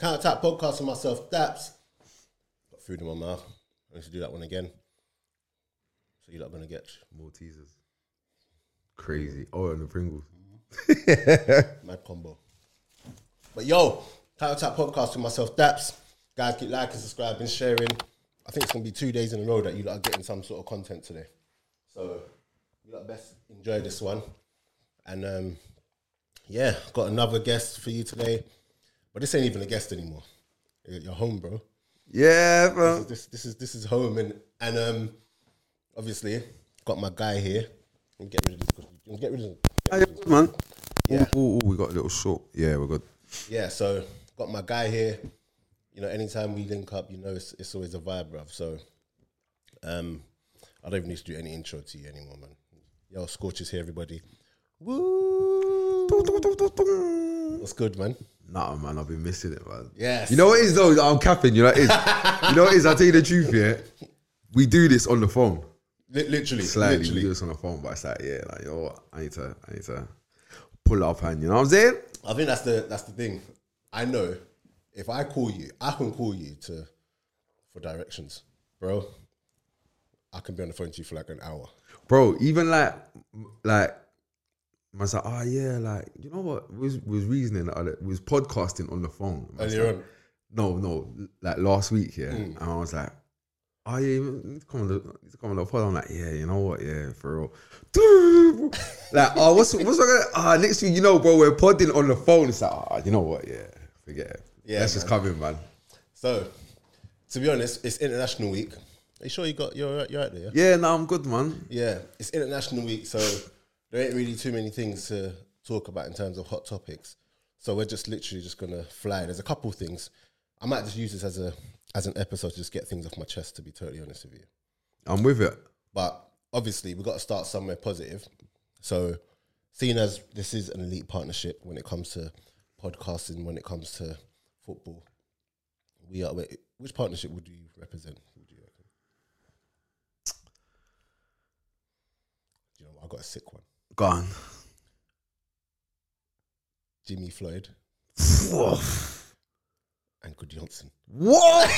Countertap podcast on myself, Daps. Got food in my mouth. I need to do that one again. So you're not going to get. Maltesers. Crazy. Oh, and the Pringles. Mad combo. But yo, Title Tap Podcast with myself, Daps. Guys, keep liking, subscribing, sharing. I think it's going to be two days in a row that you lot are getting some sort of content today. So you lot best enjoy this one. And um, yeah, got another guest for you today. But this ain't even a guest anymore. You're you're home, bro. Yeah, bro. This this is this is home and and um obviously got my guy here. And get rid of this. Get rid of get How rid you of doing, man. Yeah. Ooh, ooh, ooh, we got a little short. Yeah, we're good. yeah, so got my guy here. You know, anytime we link up, you know, it's, it's always a vibe, bruv. So, um, I don't even need to do any intro to you anymore, man. Yo, Scorch is here, everybody. What's good, man? Nah, man, I've been missing it, man. Yes. You know what it is though? I'm capping. You know what it is. you know what it is. I'll tell you the truth. Yeah, we do this on the phone. Li- literally, Slightly, we do literally. this on the phone, but it's like, yeah, like you know what? I need to, I need to pull up, and you know what I'm saying? I think that's the that's the thing. I know if I call you, I can call you to for directions, bro. I can be on the phone to you for like an hour. bro. Even like, like, I was like, oh yeah, like you know what was was reasoning, the other- was podcasting on the phone. I was Earlier like, on. no, no, like last week, yeah, and I was like. Oh yeah, you need to come on the need to come on the pod. I'm like, yeah, you know what, yeah, for real. like, oh, what's what's gonna? Ah, next week, you know, bro, we're podding on the phone. It's like, ah, you know what, yeah, forget it. Yeah, Yeah, that's just coming, man. So, to be honest, it's International Week. Are you sure you got you're you're out there? Yeah? Yeah, no, I'm good, man. Yeah, it's International Week, so there ain't really too many things to talk about in terms of hot topics. So we're just literally just gonna fly. There's a couple things. I might just use this as a as an episode to just get things off my chest. To be totally honest with you, I'm with it. but obviously we got to start somewhere positive. So, seeing as this is an elite partnership when it comes to podcasting, when it comes to football, we are. wait, Which partnership would you represent? Who do you reckon? Do you know what? I got a sick one. Gone. Jimmy Floyd and Good Johnson. What?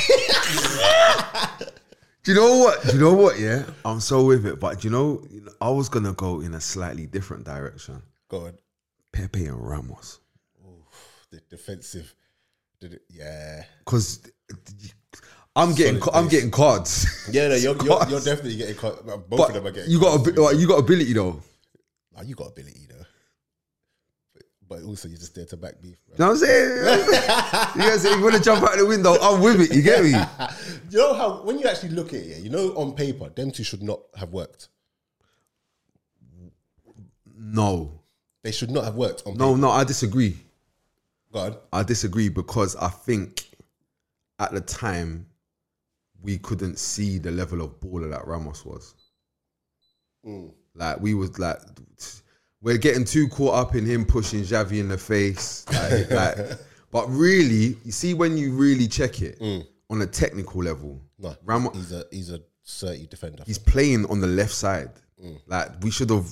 do you know what? Do you know what? Yeah, I'm so with it. But do you know, you know, I was gonna go in a slightly different direction. Go on. Pepe and Ramos, The defensive. Did it, yeah. because I'm getting Solid I'm base. getting cards. Yeah, no, you're, you're, Cards. you're definitely getting caught. Both of them are but getting you got caught. a, like, you got ability though. Like, you got ability though. But, but also you're just there to back beef. Bro. You know what I'm saying? you guys, if you want to jump out the window, I'm with it. You get me? You know how when you actually look at it, you know on paper, them two should not have worked. No, They should not have worked on no, no. I disagree. God. I disagree because I think at the time we couldn't see the level of baller that Ramos was. Like we was like we're getting too caught up in him pushing Xavi in the face. Like, like- but really, you see when you really check it on a technical level, No. Ramos He's a he's a surty defender. he's playing on the left side. Like we should have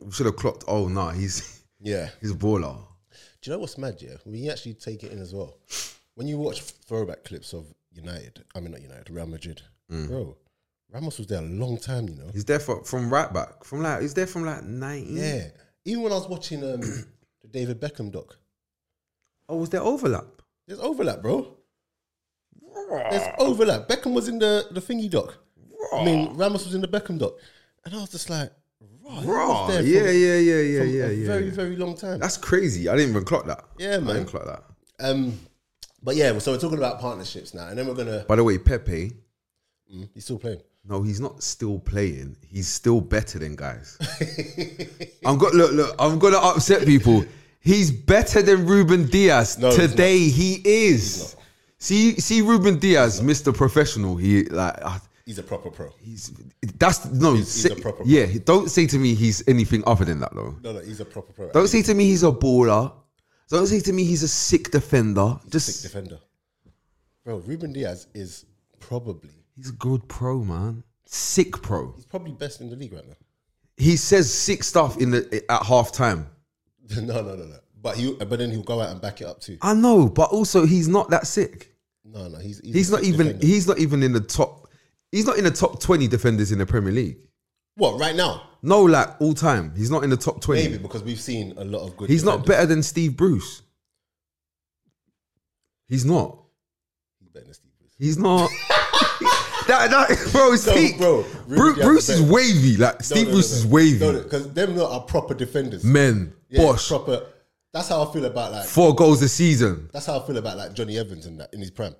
we should have clocked, oh no, he's yeah. he's a baller. Do you know what's mad, yeah? When you actually take it in as well. When you watch throwback clips of United, I mean not United, Real Madrid, bro, Ramos was there a long time, you know. Mm. He's there for, from right back. From like he's there from like 19. Yeah. Even when I was watching um, the David Beckham doc, Oh, was there overlap? there's overlap, bro. There's overlap. Beckham was in the, the thingy doc. I mean, Ramos was in the Beckham doc. And I was just like, raw. he Raw. was Yeah, there yeah, for- yeah, yeah, for yeah, a yeah. Very, yeah. very long time. That's crazy. I didn't even clock that. Yeah, I man. didn't clock that. Um, but yeah, so we're talking about partnerships now. And then we're going to. By the way, Pepe, He's still playing. no, he's not still playing. He's still better than guys. I'm got look, look, I'm gonna upset people. He's better than Ruben Diaz. No, he's not. Today he is. See, see, Ruben Diaz, Mr. Professional. He like ah, He's a proper pro. he's that's no. he's say- a proper- yeah, don't say to me he's anything other than that though. No, no, he's a proper pro. Don't say to me he's a baller. Don't say to me he's a sick defender. Just Sick defender. Bro, Ruben Diaz is probably, He's a good pro, man. Sick pro. he's probably best in the league right now. He says sick stuff in the at half time. no, no, no, no. But he, but then he'll go out and back it up too. I know, but also he's not that sick. No, no, he's He's a not good even. defender. He's not even in the top. He's not in the top twenty defenders in the Premier League. what right now? No, like all time, he's not in the top twenty. Maybe because we've seen a lot of good. He's not defenders. better than Steve Bruce. He's not. He's better than Steve Bruce. He's not. that, that, bro, Steve, bro, Bru- Rudy has Bruce the is best. wavy. Like No, Steve no, no, Bruce no. is wavy. No, because them lot are proper defenders. Men, Yeah, Bosh, proper. That's how I feel about like. four goals a season. That's how I feel about like Johnny Evans and that in his prime.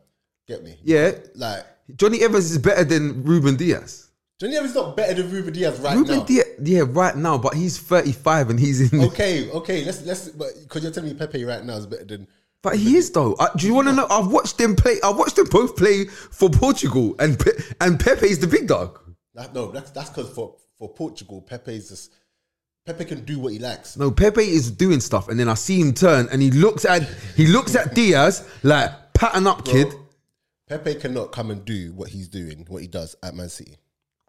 Get me? Yeah, Like Johnny Evans is better than Ruben Diaz. Johnny Evans not better than Ruben Diaz right Ruben now. Diaz, yeah, right now, but he's thirty-five and he's in. okay, okay. Let's let's. But because you're telling me Pepe right now is better than. But he is though. I, do you want to know? I've watched them play. I've watched them both play for Portugal, and Pe- and Pepe's the big dog. that- No, that's that's because for for Portugal, Pepe's just Pepe can do what he likes. No, Pepe is doing stuff, and then I see him turn, and he looks at he looks at Diaz like pattern up, kid. Pepe cannot come and do what he's doing, what he does at Man City.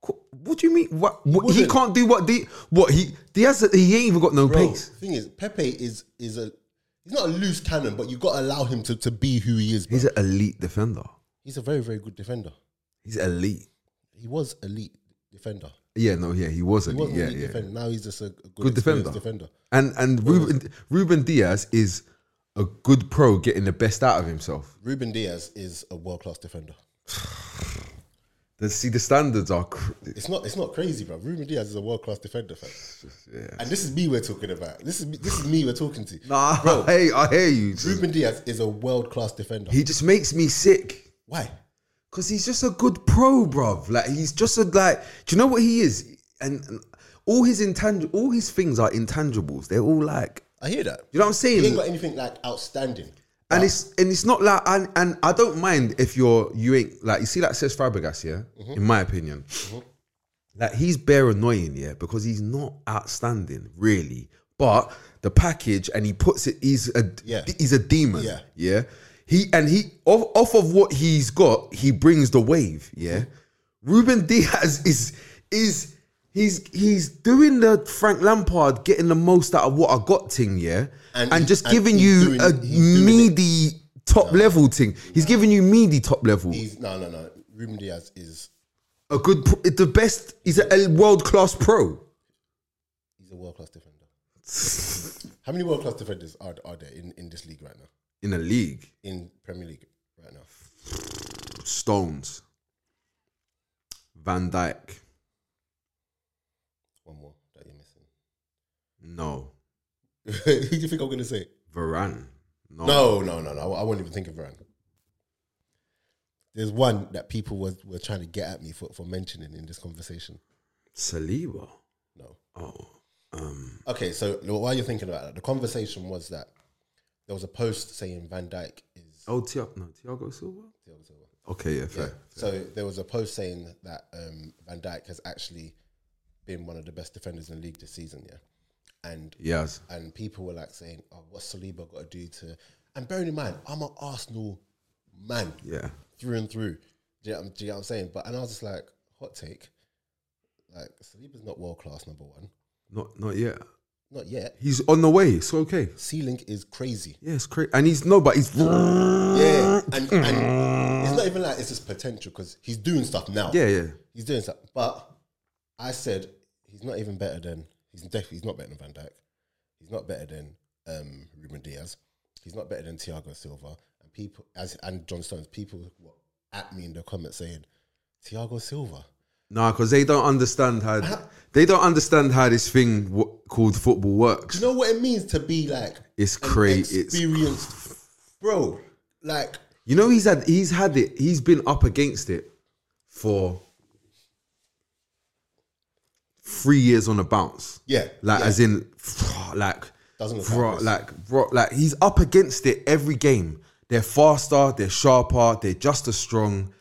Qu- What do you mean? What, what he wouldn't. can't do? What the what he Diaz? He ain't even got no Bro, pace. thing is, Pepe is is a he's not a loose cannon, but you got to allow him to, to be who he is. Bro. He's an elite defender. He's a very very good defender. He's elite. He was elite defender. Yeah, no, yeah, he was He elite. was an yeah, elite yeah. defender. Now he's just a, a good, Good experienced defender. defender. And and Ruben Ruben Diaz is a good pro getting the best out of himself. Ruben Diaz is a world class defender. The, see, the standards are. Cr- It's not it's not crazy, bro. Ruben Diaz is a world class defender, fam. yeah. And this is me we're talking about. This is me, this is me we're talking to. Nah, hey, I hear you. Just- Ruben Diaz is a world class defender. he just makes me sick Why? because he's just a good pro, bruv. Like he's just a like. Do you know what he is? And, and all his intangible, all his things are intangibles. They're all like. I hear that. You know what I'm He saying? ain't got anything like outstanding. and it's and it's not like and, and I don't mind if you're you ain't like you see like says Fabregas yeah Mm-hmm. in my opinion like he's bare annoying yeah because he's not outstanding really but the package and he puts it he's a Yeah. he's a demon Yeah. yeah he and he off, off of what he's got he brings the wave yeah Mm-hmm. Ruben Diaz is is he's he's doing the Frank Lampard getting the most out of what I got thing yeah and, And he- just and giving he's you doing- a he's doing it. meaty top level thing. He's giving you meaty top level. He's no no no. Ruben Diaz is A good, pro- the best. He's a world class pro. he's a world class defender. How many world class defenders are are there in, in this league right now? In a league, In Premier League right now? Stones, Van Dyke. One more that you're missing. No, Who do you think I'm gonna say? Varane. No. No, no, no, no. I won't even think of Varane. There's one that people was, were trying to get at me for, for mentioning in this conversation. Saliba. No. Oh, um, Okay, so while you're thinking about that, the conversation was that there was a post saying Van Dyke is. oh, Ti- no, Thiago Silva. Okay, yeah, fair. So there was a post saying that um, Van Dyke has actually been one of the best defenders in the league this season, yeah? And Yes. and people were like saying, oh, what's Saliba got to do to. And bearing in mind, I'm an Arsenal man. Yeah. through and through. Do you, know, what I'm- do you know what I'm saying? But and I was just like, hot take. Like Saliba's not world class number one, Not, not yet. not yet. He's on the way. It's okay. Ceiling is crazy. Yeah, it's crazy. And he's no, but he's. Yeah, and, and it's not even like it's just potential because he's doing stuff now. Yeah, yeah. he's doing stuff. But I said he's not even better than he's definitely he's not better than Van Dijk. He's not better than um, Ruben Diaz. He's not better than Thiago Silva. And people as and John Stones. People were at me in the comments saying Thiago Silva. Nah, because they don't understand how they don't understand how this thing w- called football works. Do you know what it means to be like It's an crazy. It's experienced, bro? Like you know he's had he's had it. He's been up against it for three years on a bounce. yeah, Like yeah, as in, like Doesn't look bro, like this. like bro, like he's up against it every game. They're faster, they're sharper, they're just as strong.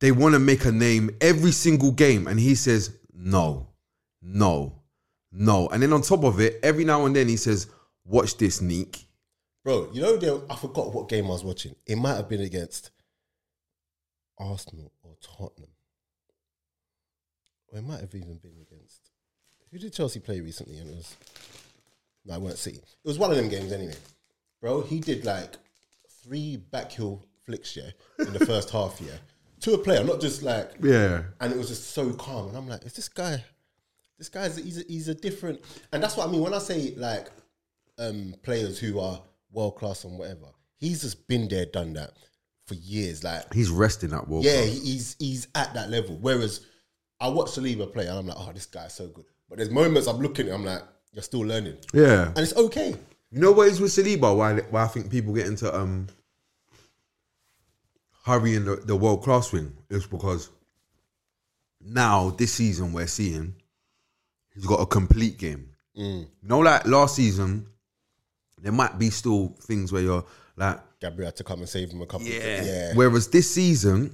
They want to make a name every single game, and he says no, no, no. And then on top of it, every now and then he says, "Watch this, Neek." bro. You know, there, I forgot what game I was watching. It might have been against Arsenal or Tottenham, or it might have even been against who did Chelsea play recently? And it was No, it weren't City. It was one of them games anyway. Bro, he did like three back heel flicks, yeah, in the first half, yeah. To a player, not just like Yeah. and it was just so calm. And I'm like, is this guy? This guy's he's a, he's a different, and that's what I mean when I say like um, players who are world class and whatever. He's just been there, done that for years. Like, He's resting that World yeah, he- he's he's at that level. Whereas I watch Saliba play, and I'm like, oh, this guy's so good. But there's moments I'm looking, at him, I'm like, you're still learning, Cup. Yeah. and it's okay. You know what is with Saliba? Why why I think people get into um hurrying the, the world class wing is because now this season we're seeing he's got a complete game. You know, like last season, there might be still things where you're like, Gabriel had to come and save him a couple. yeah. of yeah, Whereas this season,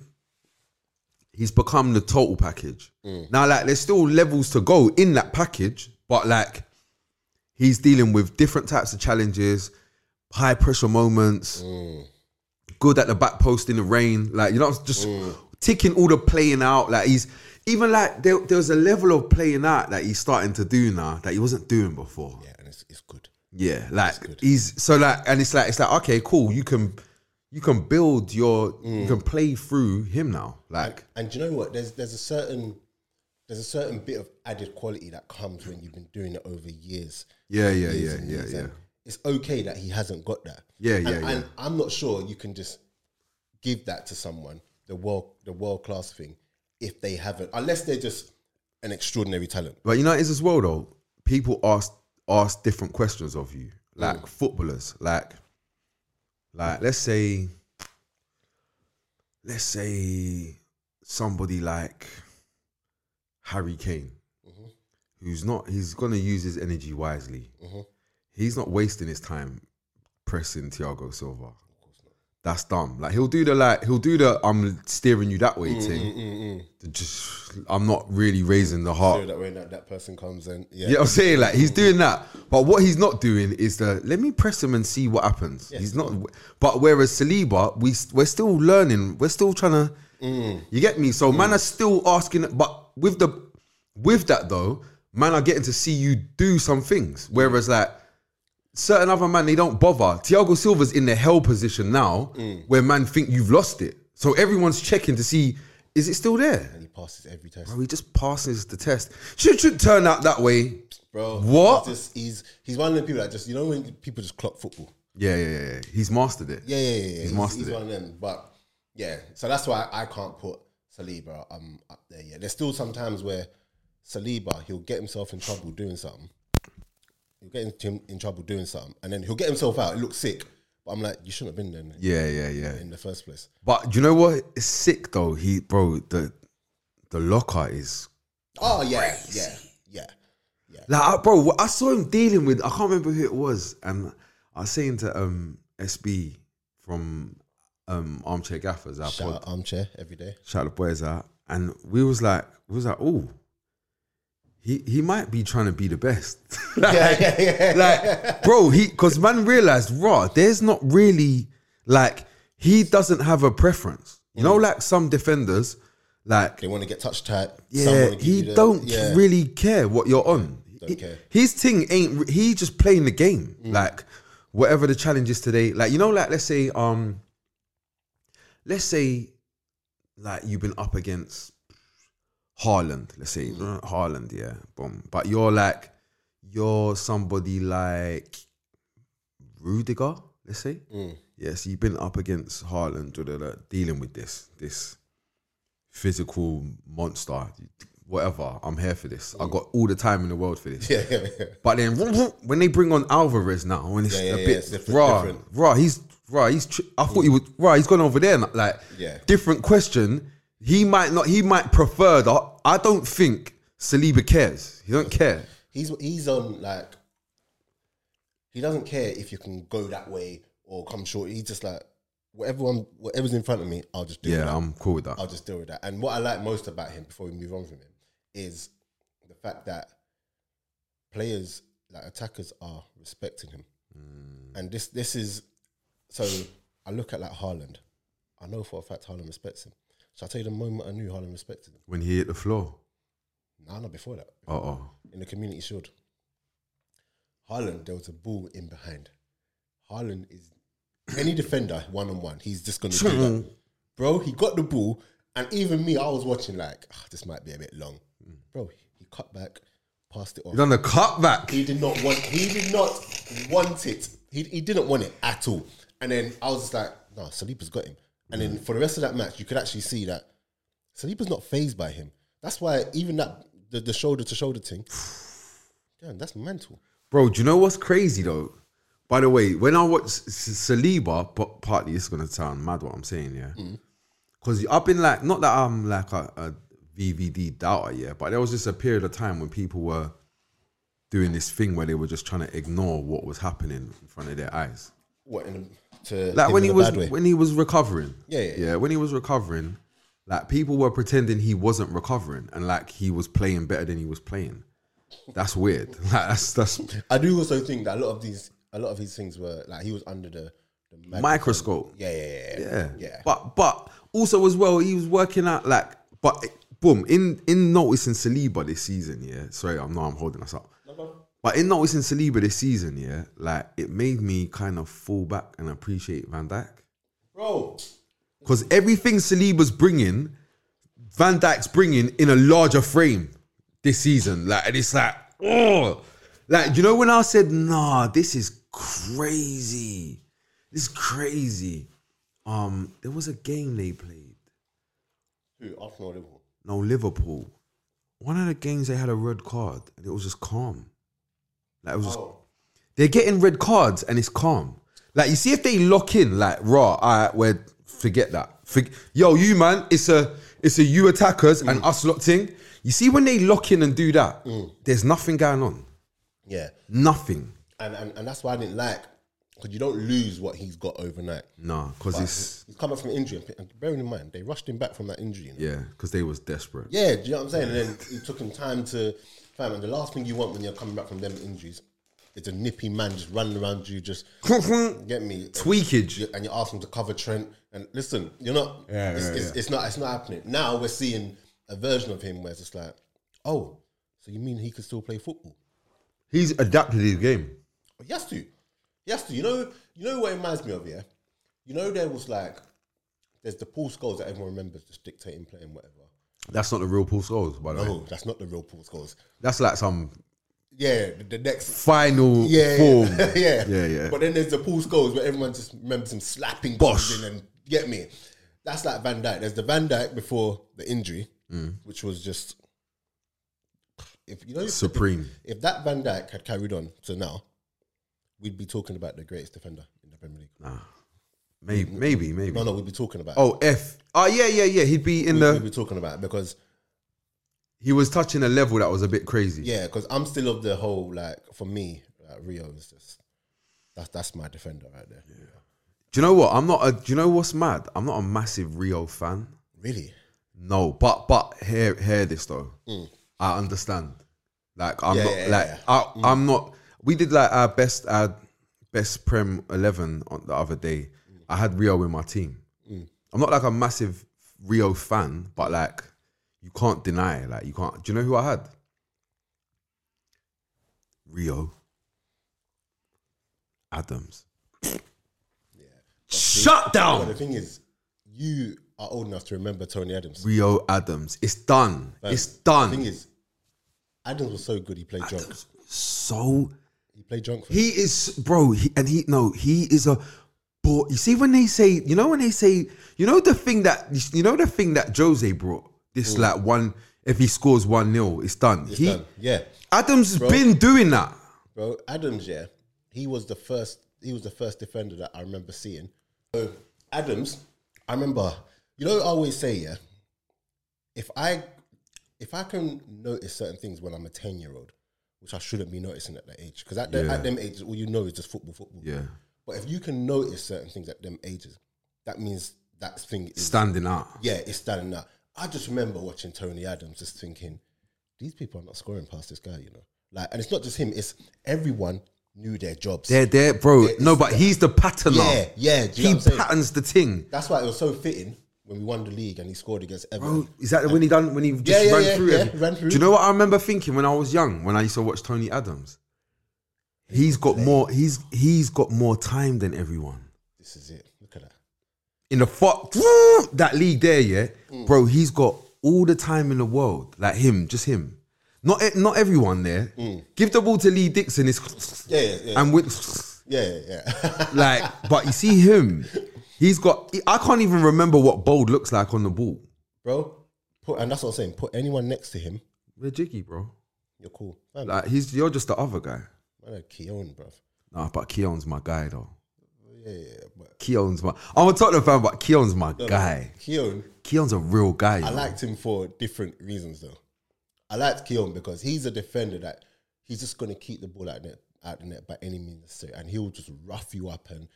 he's become the total package. Now, like, there's still levels to go in that package, but like, he's dealing with different types of challenges, high pressure moments, good at the back post in the rain. Like, you know, just ticking all the playing out. Like, he's even like there, there was a level of playing out that he's starting to do now that he wasn't doing before. yeah, and it's it's good. Yeah, like he's so like, and it's like it's like okay, cool. You can you can build your you can play through him now. Like And do you know what? There's there's a certain there's a certain bit of added quality that comes when you've been doing it over years. yeah, yeah, years yeah, and yeah, years, yeah. and It's okay that he hasn't got that. Yeah, and, yeah, yeah. And I'm not sure you can just give that to someone the world the world class thing if they haven't, unless they're just an extraordinary talent. But you know, it's as well though. People ask ask different questions of you, like footballers, like like let's say let's say somebody like Harry Kane, who's not he's gonna use his energy wisely. He's not wasting his time pressing Thiago Silva. That's dumb. Like he'll do the like he'll do the I'm steering you that way Mm, thing. To Just I'm not really raising the heart So that when that, that person comes and yeah, you know what I'm saying? Like he's doing that. But what he's not doing is the let me press him and see what happens. He's not but whereas Saliba, we we're still learning. We're still trying to you get me? So man are still asking but with the with that though, man are getting to see you do some things. Whereas like certain other man they don't bother. Thiago Silva's in the hell position now where man think you've lost it. So everyone's checking to see is it still there? he passes every test, Bro, he just passes the test. Should should turn out that way. bro. What? He's, just, he's he's one of the people that just you know when people just clock football. Yeah, yeah, yeah, yeah. He's mastered it. Yeah, yeah, yeah. yeah. He's, mastered he's it. one of them. But yeah, so that's why I can't put Saliba um up there yet. There's still some times where Saliba he'll get himself in trouble doing something. He'll get into him in trouble doing something, and then he'll get himself out. It looks sick, but I'm like, you shouldn't have been there in- Yeah, yeah, yeah. in the first place. But you know what? It's sick though. He, bro, the the locker is Oh yeah, yeah, yeah, yeah. like, I, bro. I saw him dealing with. I can't remember who it was, and I was saying to um SB from um Armchair Gaffers, our Shout pod, out armchair every day. shout the boys out, and we was like, we was like, oh, he he might be trying to be the best. Like, Yeah, yeah, yeah. like bro he because man realized raw there's not really like he doesn't have a preference you know like some defenders like They want to get touch tight. Some yeah wanna give he you the- don't yeah. really care what you're on He- care. Mm. his thing ain't re- he just playing the game like whatever the challenge is today like you know like let's say um let's say like you've been up against Haaland, let's say mm. Haaland, yeah, boom. But you're like you're somebody like Rudiger, let's say. Mm. Yeah, so you've been up against Haaland, da, da, da, dealing with this, this physical monster, whatever. I'm here for this. I got all the time in the world for this. Mm. Yeah, yeah, yeah. But then when they bring on Alvarez now, and it's Yeah, yeah, a yeah, bit it's different- raw, different. Mm. raw. He's raw. He's. Tr- I thought he would raw. He's gone over there. and, Like Yeah. different question. He might not. He might prefer the. I don't think Saliba cares. He don't care. he's he's on like he doesn't care if you can go that way or come short. He's just like whatever one, whatever's in front of me, I'll just do. Yeah, I'm cool with that. I'll just deal with that. And what I like most about him, before we move on from him, is the fact that players, like attackers, are respecting him. And this, this is so. I look at like Haaland. I know for a fact Haaland respects him. So I tell you the moment I knew Haaland respected him. when he hit the floor. No, no, before that Uh oh. in the community shield. Haaland, there was a ball in behind. Haaland is any defender one on one. He's just gonna do that. Bro, he got the ball, and even me, I was watching like "Ah, this might be a bit long. Bro, he, he cut back, passed it off. He's done the cutback. He did not want. He did not want it. He, he didn't want it at all. And then I was just like, no, Saliba's got him. And then for the rest of that match, you could actually see that Saliba's not phased by him. That's why even that the, the shoulder to shoulder thing, damn, that's mental. Bro, do you know what's crazy though? By the way, when I watch S- S- Saliba, but partly it's gonna sound mad what I'm saying, yeah. Mm. Because I've been like, not that I'm like a, a VVD doubter, yeah, but there was just a period of time when people were doing this thing where they were just trying to ignore what was happening in front of their eyes. What in a, to Like him when in he a was bad way. when he was recovering, Yeah, yeah, yeah. when he was recovering, like people were pretending he wasn't recovering and like he was playing better than he was playing. That's weird. Like that's that's I do also think that a lot of these a lot of these things were like he was under the, the mag- microscope. yeah yeah yeah Yeah. yeah. But but also as well, he was working out like but boom, in in noticing Saliba this season, yeah. Sorry, I'm not I'm holding us up. But in noticing Saliba this season, yeah, like it made me kind of fall back and appreciate Van Dijk. bro. Because everything Saliba's bringing, Van Dijk's bringing in a larger frame this season. Like, and it's like, oh, like you know when I said, nah, this is crazy, this is crazy. Um, there was a game they played. Who Arsenal or Liverpool? No, Liverpool. One of the games they had a red card, and it was just calm. Like it was just Oh. they're getting red cards and it's calm. Like you see, if they lock in, like raw, all right, we're forget that. Forg- Yo, you man, it's a it's a you attackers Mm. and us locked in. You see, when they lock in and do that, there's nothing going on. Yeah, Nothing. and, and and that's why I didn't like because you don't lose what he's got overnight. Nah, because it's He's coming from injury, and- and bearing in mind they rushed him back from that injury. You know? yeah, because they was desperate. Yeah, do you know what I'm saying? And then it took him time to climb. And the last thing you want when you're coming back from them injuries is a nippy man just running around you, just get me. Tweakage. you- and you ask them to cover Trent. And listen, you're not. Yeah, it's, yeah, it's, it's not. It's not happening. Now we're seeing a version of him where it's just like, oh, so you mean he could still play football? He's adapted his game. But he has to. He has to. You know. You know what it reminds me of? Yeah. You know there was like, there's the Paul Scholes that everyone remembers just dictating, playing whatever. That's not the real Paul Scholes, by the way. Oh, that's not the real Paul Scholes. That's like some Yeah, the, the next final yeah, form. yeah, yeah, yeah, yeah. But then there's the Paul Scholes where everyone just remembers him slapping Bosh. things in and get me. That's like Van Dyke. There's the Van Dyke before the injury, Mm. which was just if you know if, Supreme. if that Van Dyke had carried on to now, we'd be talking about the greatest defender in the Premier League. Nah. Mm. Maybe, maybe, maybe. No, no, we'd be talking about. it. Oh, F. Oh, yeah, yeah, yeah. He'd be in the. we'd be talking about it because He was touching a level that was a bit crazy. Mm-hmm. yeah, because I'm still of the whole like for me, like Rio is just that's that's my defender right there. Do you know what? I'm not a. Do you know what's mad? I'm not a massive Rio fan. Really, No, but but hear hear this though. I understand. Like Mm. I'm Yeah, not yeah, like yeah. Mm. I I'm not. We did like our best our best prem eleven on the other day. Mm. I had Rio in my team. I'm not like a massive Rio fan, but like you can't deny. Like you can't. Do you know who I had? Rio Adams. But Shut the down. thing is, you are old enough to remember Tony Adams. Rio Adams. It's done. It's The thing done. is, Adams was so good he played junk. So He played junk for He is, bro, he, and he no, he is a. But you see, when they say, you know, when they say, you know, the thing that you know, the thing that Jose brought this like one. If he scores one 0 it's done. he Mm. done. Yeah. Adams has been doing that. Bro, Adams, yeah. He was the first he was the first defender that I remember seeing. So Adams, I remember you know I always say, yeah, if I if I can notice certain things when I'm a ten year old, which I shouldn't be noticing at that age, because at, the- Yeah. at them ages all you know is just football, football. Yeah, But if you can notice certain things at them ages, that means that thing is standing out. yeah, it's standing out. I just remember watching Tony Adams, just thinking, these people are not scoring past this guy, you know. Like, and it's not just him; it's everyone knew their jobs. They're there, bro. no, but he's the patterner. yeah, yeah. Do you he know what I'm saying? patterns the thing. That's why it was so fitting when we won the league and he scored against Everton. Bro, is that when he done when he just yeah, ran, yeah, through yeah, everything? ran through. Do you know what I remember thinking when I was young when I used to watch Tony Adams? He's got more. He's he's got more time than everyone This is it. Look at that. in the fuck that league there, yeah, Mm. bro. He's got all the time in the world, like him, just him. Not e- not everyone there. Give the ball to Lee Dixon. It's Mm. Yeah, yeah, yeah. and with Yeah, yeah, yeah. like, but you see him. He's got. I can't even remember what Bold looks like on the ball. bro. Put and that's what I'm saying. Put anyone next to him, We're jiggy, bro. you're cool. Man, Like he's you're just the other guy. man, a Keown, bro. Nah, but Keon's my guy though. Yeah, yeah, yeah, but Keon's my. I'm a Tottenham fan, but Keon's my guy. Keown. Keon's a real guy. I you know? liked him for different reasons though. I liked Keon because he's a defender that he's just gonna keep the ball out net out the net by any means necessary, and he'll just rough you up and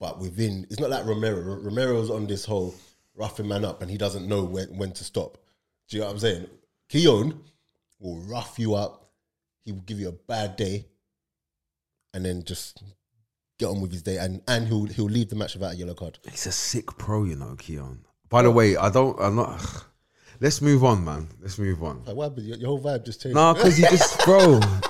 but within it's not like Romero. Ro- Romero's on this whole roughing man up and he doesn't know when when to stop. Do you know what I'm saying? Keon will rough you up, he will give you a bad day, and then just get on with his day and, and he'll he'll leave the match without a yellow card. He's a sick pro, you know, Keon. By the way, I don't. I'm not. Let's move on, man. Let's move on. Like, why but your, your whole vibe just changed? Nah, because you just, bro.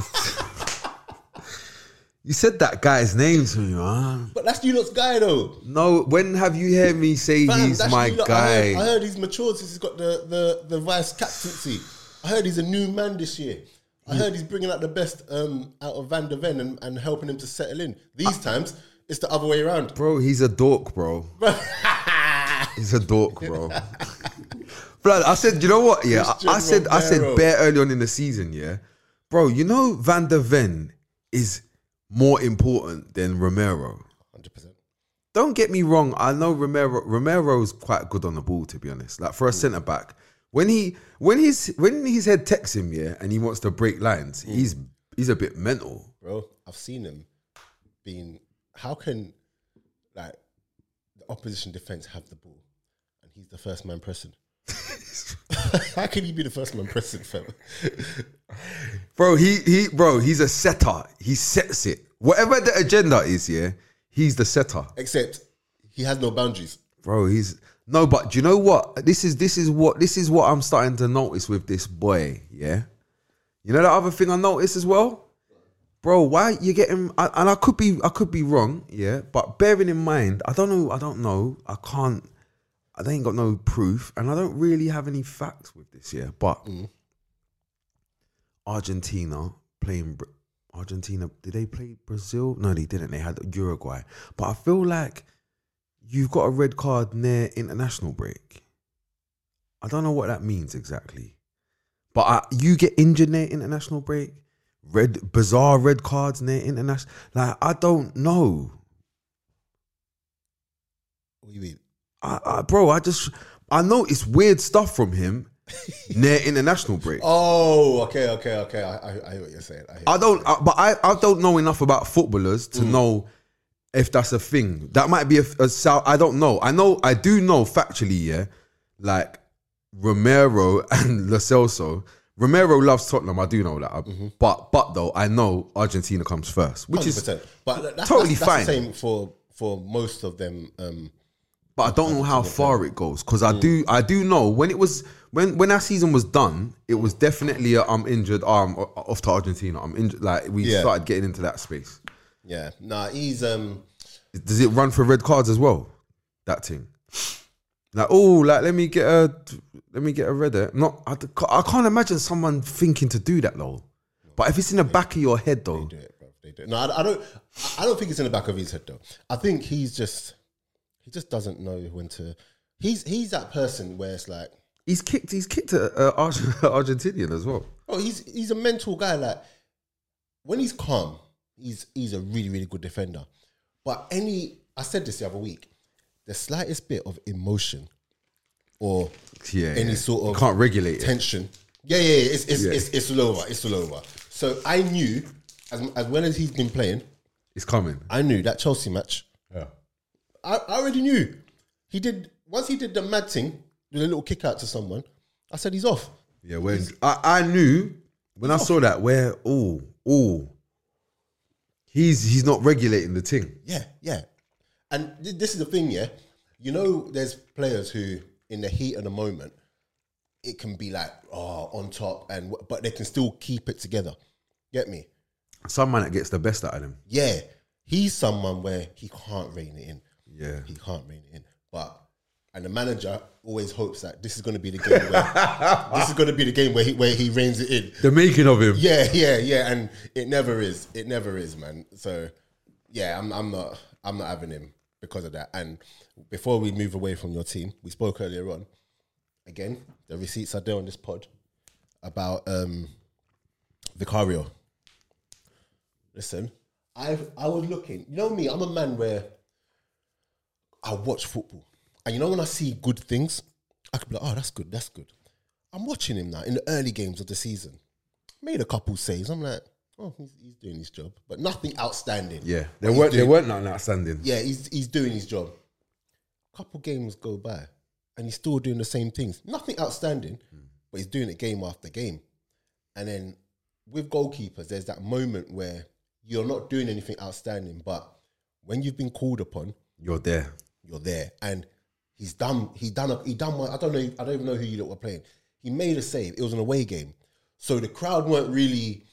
you said that guy's name to me, man. But that's you lot's guy though. No, when have you heard me say Fam, he's that's my you lot- I guy? heard, I heard he's matured since he's got the, the, the vice captaincy. I heard he's a new man this year. I heard he's bringing out the best um, out of Van der Ven and, and helping him to settle in. Ah. These times, it's the other way around. Bro, he's a dork, bro. he's a dork, bro. Blood, I said, you know what? Yeah, I, I Christian said, I said, Romero. bare early on in the season, yeah, bro. You know, Van der Ven is more important than Romero. 100%. Don't get me wrong. I know Romero. Romero's quite good on the ball, to be honest. Like Mm. for a centre back, when he when he's when his head texts him, yeah, and he wants to break lines, Mm. he's he's a bit mental. Bro, I've seen him being. How can like the opposition defense have the ball and he's the first man pressing? how can he be the first man pressing, fam? Bro, he he bro, he's a setter. He sets it. Whatever the agenda is, yeah, he's the setter. Except he has no boundaries. Bro, he's no, but do you know what? This is this is what this is what I'm starting to notice with this boy, yeah. You know the other thing I noticed as well? Bro, why you getting I, and I could be I could be wrong, yeah, but bearing in mind, I don't know, I don't know, I can't I ain't got no proof, and I don't really have any facts with this, yeah. But Argentina playing Bra- Argentina. Did they play Brazil? No, they didn't. They had Uruguay. But I feel like you've got a red card near international break. I don't know what that means exactly, but I, you get injured near international break. Red bizarre red cards near international. Like I don't know. What do you mean? I, I, bro, I just I know it's weird stuff from him near international break. Oh, okay, okay, okay. I, I, I hear what you're saying. I hear I don't, I, but I, I don't know enough about footballers to know if that's a thing. That might be a, a sou- I don't know. I know, I do know factually, yeah. Like Romero and Lo Celso. Romero loves Tottenham. I do know that, but but though I know Argentina comes first, which is. 100%. but that's, totally that's, that's fine. The same for for most of them. Um, But I don't know how far it goes because I do I do know when it was when when our season was done, it was definitely i I'm injured. I'm uh, off to Argentina. I'm injured. Like we Yeah. started getting into that space. yeah, nah, he's um, does it run for red cards as well? That thing. Like oh, like let me get a let me get a red. eh? Not I, d- I can't imagine someone thinking to do that though. But if it's in the back of your head though, do it, bro. They do it. No, I, I don't. I don't think it's in the back of his head though. I think he's just he just doesn't know when to. He's he's that person where it's like, he's kicked he's kicked a, a Ar- Argentinian as well. oh, he's he's a mental guy. Like when he's calm, he's he's a really really good defender. But any, I said this the other week, the slightest bit of emotion or Yeah, any yeah. sort You of can't regulate it. tension. Yeah, yeah, yeah. It's it's, Yeah. it's it's all over. It's all over. So I knew as as well as he's been playing, It's coming. I knew that Chelsea match. Yeah. I, I already knew. He did once he did the mad thing, did a little kick out to someone. I said he's off. Yeah, when I, I knew when I saw that where oh oh he's he's not regulating the thing. Yeah, yeah. And th- this is the thing, yeah. You know, there's players who, in the heat of the moment, ah, it can be like oh, on top, and w- but they can still keep it together. Get me? some man that gets the best out of them. Yeah, he's someone where he can't rein it in. Yeah. He can't rein it in. But and the manager always hopes that this is going to be the game where this is going to be the game where he where he reins it in. The making of him. Yeah, yeah, yeah, and it never is. It never is, man. So, yeah, I'm, I'm not, I'm not having him because of that. And before we move away from your team, we spoke earlier on. Again, the receipts are there on this pod about um, Vicario. Listen, I I was looking. You know me. I'm a man where I watch football, and you know when I see good things, I could be like, oh, that's good, that's good. I'm watching him now in the early games of the season made a couple saves. I'm like, oh, he's, he's doing his job, but nothing outstanding. Yeah. They What he's weren't they doing- weren't nothing outstanding. Yeah, he's he's doing his job. Couple games go by, and he's still doing the same things. Nothing outstanding, but he's doing it game after game. And then with goalkeepers, there's that moment where you're not doing anything outstanding, but when you've been called upon, You're there. you're there. And he's done. He done. A, he done. One, I don't know. I don't even know who you lot were playing. He made a save. It was an away game, so the crowd weren't really.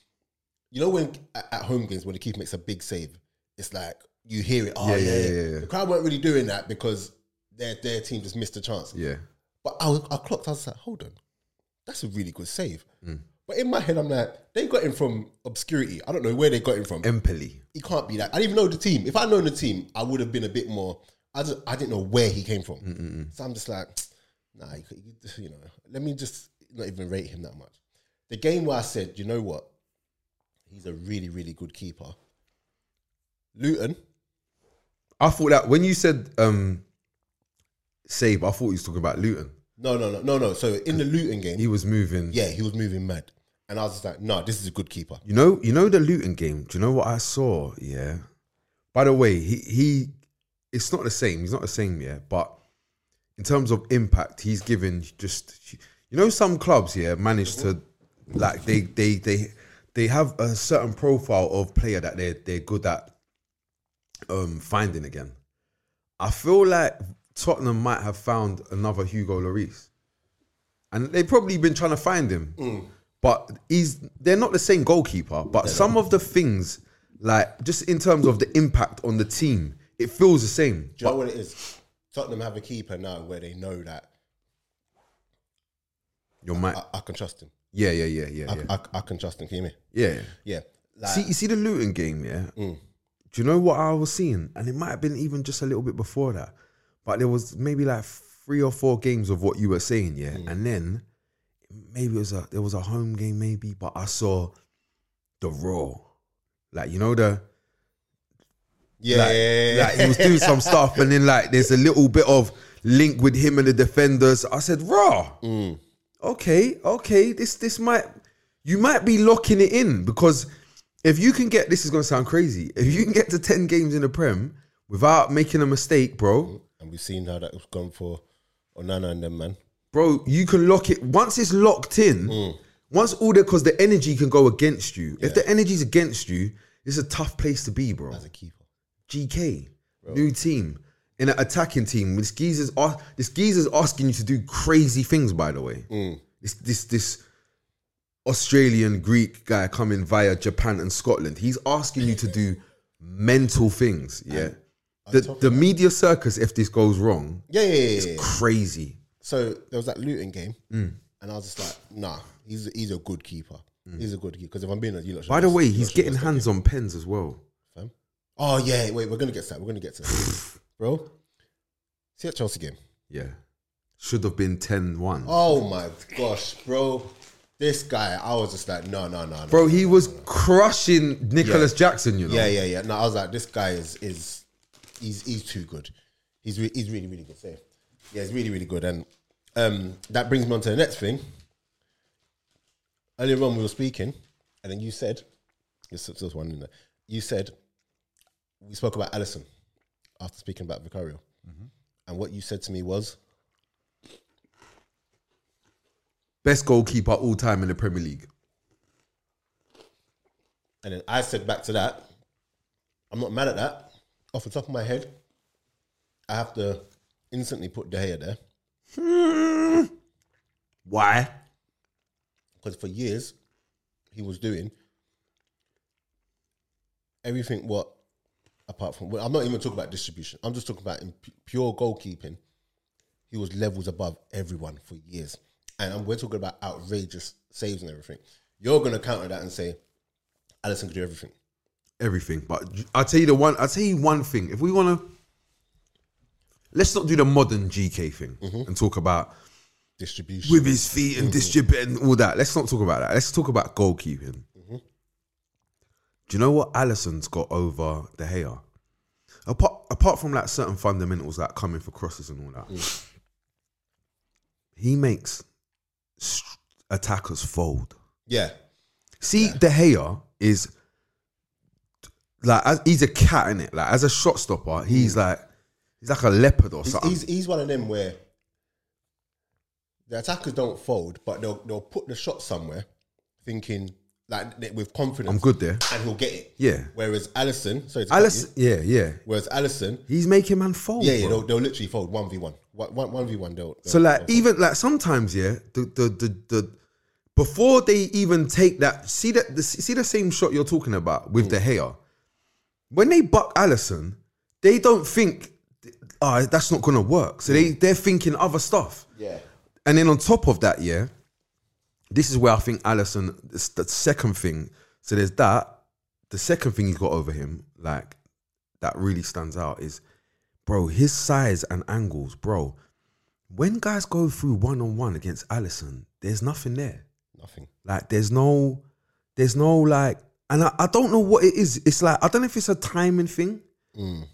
You know when at, at home games when the keeper makes a big save, it's like you hear it. Oh yeah, Yeah, yeah, yeah, yeah, yeah. The crowd weren't really doing that because their their team just missed a chance. Yeah. But I, was, I clocked. I was like, hold on, that's a really good save. But in my head, I'm like, they got him from obscurity. I don't know where they got him from Empoli. he can't be that. I didn't even know the team. If I'd known the team, I would have been a bit more. I just, I didn't know where he came from. So I'm just like, nah, you, could- you could- you know, let me just not even rate him that much. The game where I said, you know what, he's a really, really good keeper. Luton, I thought that when you said um save, I thought you was talking about Luton. no, no, no, no, no. So in the Luton game, He was moving. yeah, he was moving mad, and I was just like, no, this is a good keeper. You know, you know the Luton game. Do you know what I saw? Yeah. By the way, he he, it's not the same. He's not the same. Yeah, but in terms of impact, he's given just. You know, some clubs here manage to, like they they they they have a certain profile of player that they are they're good at, um, finding again. I feel like Tottenham might have found another Hugo Lloris, and they've probably been trying to find him. But he's they're not the same goalkeeper. But some of the things, like just in terms of the impact on the team, it feels the same. Do you know what it is? Tottenham have a keeper now where they know that Your might, I, I can trust him. yeah, yeah, yeah, yeah, yeah. I, I can trust him. Can you hear me? yeah. Yeah. Like, See, you see the Luton game, yeah. Do you know what I was seeing? And it might have been even just a little bit before that, but there was maybe like three or four games of what you were saying, yeah. And then maybe it was a there was a home game, maybe, but I saw the raw, like you know the yeah, Like, like, he was doing some stuff, and then like there's a little bit of link with him and the defenders. I said, raw. Okay, okay. This this might you might be locking it in because if you can get this is gonna sound crazy. If you can get to ten games in the Prem without making a mistake, bro, and we've seen how that's gone for Onana and them man. bro, you can lock it once it's locked in. Once all the because the energy can go against you. If the energy's against you, it's a tough place to be, bro. The keeper. GK, new team, in an attacking team. This geezer's ask, this geezer's asking you to do crazy things. By the way, Mm. this this this Australian Greek guy coming via Japan and Scotland. He's asking you to do mental things. Yeah, the the media circus. If this goes wrong, Yeah, yeah, yeah, yeah, Mm. yeah. crazy. So there was that Luton game, and I was just like, nah, he's he's a good keeper. He's a good keeper. Because if I'm being a you lot should By the watch- way, you lot he's should getting watch that hands on pens as well. game, fam. Oh yeah, wait, we're gonna get to that. We're gonna get to that, bro. See that Chelsea game. Yeah, should have been 10-1. Oh my gosh, bro. This guy, I was just like, no, no, no, no. Bro, he was crushing Nicholas Jackson. You know, Yeah, yeah, yeah. No, I was like, this guy is is he's he's too good. He's re- he's really really good. So, yeah, he's really really good. And um, that brings me on to the next thing. Earlier on, we were speaking, and then you said, "There's there's one in there." You said we spoke about Allison after speaking about Vicario, and what you said to me was, best goalkeeper all time in the Premier League. and then I said back to that, "I'm not mad at that." Off the top of my head, I have to instantly put De Gea there. Mm. Why? because for years he was doing everything what apart from well, I'm not even talking about distribution. I'm just talking about in pu- pure goalkeeping. He was levels above everyone for years, and I'm- we're talking about outrageous saves and everything. You're gonna counter that and say, Allison could do everything. everything. But I'll tell you the one. I'll tell you one thing. If we want to, let's not do the modern GK thing and talk about Distribution. with his feet and distribute and all that. Let's not talk about that. Let's talk about goalkeeping. Do you know what Allison's got over De Gea? Apart apart from like certain fundamentals like coming for crosses and all that, he makes st- attackers fold. yeah, See, De Gea is like as, he's a cat in it. Like as a shot stopper, he's like he's like a leopard or Mm. he's, something. he's he's one of them where the attackers don't fold, but they'll they'll put the shot somewhere, thinking like th- with confidence. I'm good there. and he'll get it. Yeah. Whereas Allison, sorry, to cut Alice, you, yeah, yeah. whereas Allison, He's making man fold. yeah, yeah, bro. they'll, they'll literally fold one v one, one one v one. They'll, they'll So like they'll fold. even like sometimes yeah the the the, the before they even take that see that the, see the same shot you're talking about Mm. with the hair when they buck Allison they don't think oh that's not gonna work Mm. so they they're thinking other stuff yeah, and then on top of that yeah this is where I think Allison it's the second thing so there's that the second thing he's got over him like that really stands out is bro his size and angles bro when guys go through one on one against Allison, there's nothing there. nothing. Like there's no, there's no like, and I, I don't know what it is. It's like I don't know if it's a timing thing,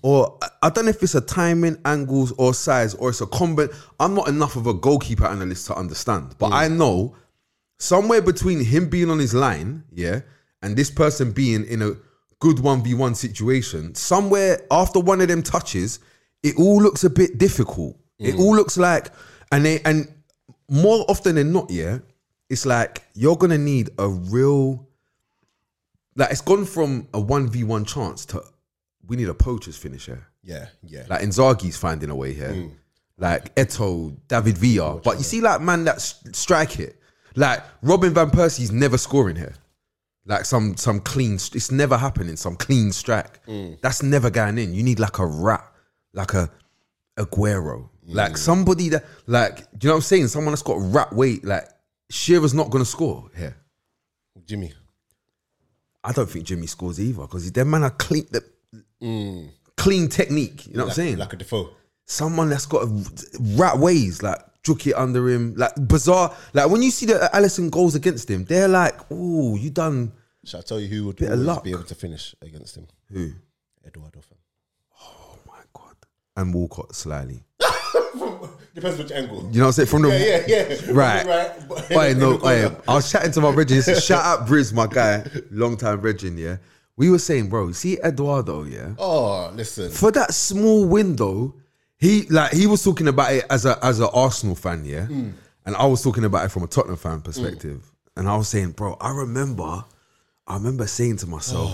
or I- I don't know if it's a timing, angles, or size, or it's a combat. I'm not enough of a goalkeeper analyst to understand, but I know somewhere between him being on his line, yeah, and this person being in a good one v one situation, somewhere after one of them touches, it all looks a bit difficult. It all looks like, and they and more often than not, yeah, it's like you're gonna need a real, like it's gone from a one v one chance to we need a poacher's finisher. Yeah, yeah, Like Inzaghi's finding a way here. Like Eto, David Villa. But you see, like, man, that s- strike it. Like, Robin Van Persie's never scoring here. Like, some some clean, st- it's never happening, some clean strike. That's never going in. You need, like, a rat, like a Aguero. Like, somebody that, like, do you know what I'm saying? Someone that's got rat weight. Like, Shearer's not going to score here. Jimmy. I don't think Jimmy scores either because their man are clean, the, clean technique. You know what I'm saying? Like a Defoe. someone that's got a rat ways, like jook it under him, like bizarre. Like when you see the uh, Allison goals against him, they're like, "Oh, you done Shall I tell you who would of always luck. be able to finish against him? who?" Eduardo. fam. Oh my god! And Walcott slyly. Depends which angle. You know what I'm saying? From the Yeah, yeah, yeah. right. right. But- Wait, no, Look, wait. I was chatting to my Regin. He said, Shout out Briz, my guy, long time Regin. Yeah, we were saying, bro, you see Eduardo, yeah. Oh, listen. for that small window, he like he was talking about it as a as an Arsenal fan, yeah, Hmm. and I was talking about it from a Tottenham fan perspective, and I was saying, bro, I remember, I remember saying to myself,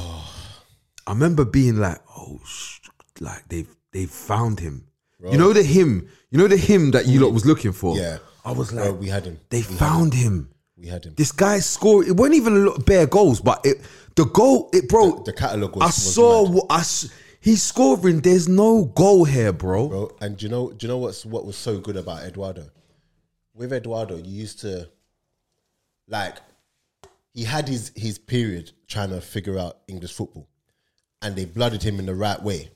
I remember being like, oh, sh-, like they've they've found him. You know the him, you know the him that you lot was looking for. Hmm. Yeah. Hmm. I was like, Bro, we had him. they found him. We had him. This guy scored. It wasn't even a lot bare goals, but it the goal, it bro. the catalogue was. I was saw what I. s- He's scoring. There's no goal here, bro. bro. And do you know, do you know what's what was so good about Eduardo? With Eduardo, you used to like he had his his period trying to figure out English football, and they blooded him in the right way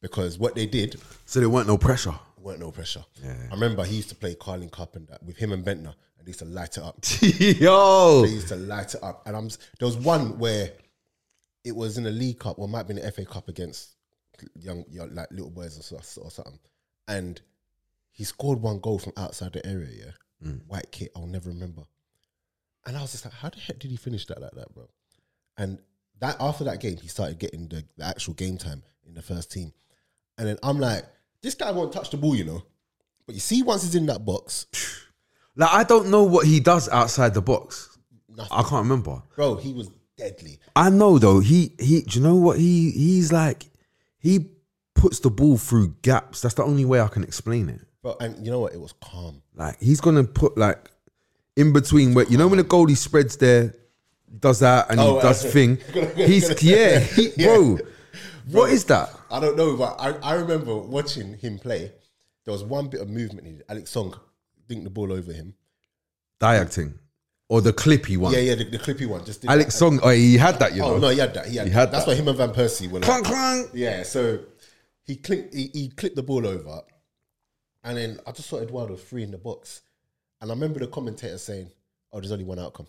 because what they did So there weren't no pressure. weren't no pressure. I remember he used to play Carling Cup and that with him and Bentner, and they used to light it up. Yo, They used to light it up, and I'm s- there was one where it was in the League Cup, or might have been the FA Cup against young, young like little boys or, so- or something, and he scored one goal from outside the area. Yeah, white kit. I'll never remember. And I was just like, how the heck did he finish that like that, bro? And that after that game, he started getting the, the actual game time in the first team. And then I'm like, this guy won't touch the ball, you know. But you see, once he's in that box, like I don't know what he does outside the box. nothing, I can't remember. bro. He was deadly. I know though. He he. Do you know what he he's like? He puts the ball through gaps. That's the only way I can explain it. Bro, and you know what? It was calm. Like he's gonna put like in between where you know when the goalie spreads their does that and Oh, he does okay. thing. He's yeah, he, bro. What is that? I don't know, but I, I remember watching him play. There was one bit of movement he did. Alex Song dinked the ball over him. Diag thing or the clippy one? Yeah, yeah, the, the clippy one. Just did Alex that. Song. Oh, he had that. You know. Oh no, he had that. He had, He had that. That's that. why him and Van Persie were. Like, Clang clang. yeah, so he clipped. He, he clipped the ball over, and then I just saw Eduardo free in the box, and I remember the commentator saying, "Oh, there's only one outcome.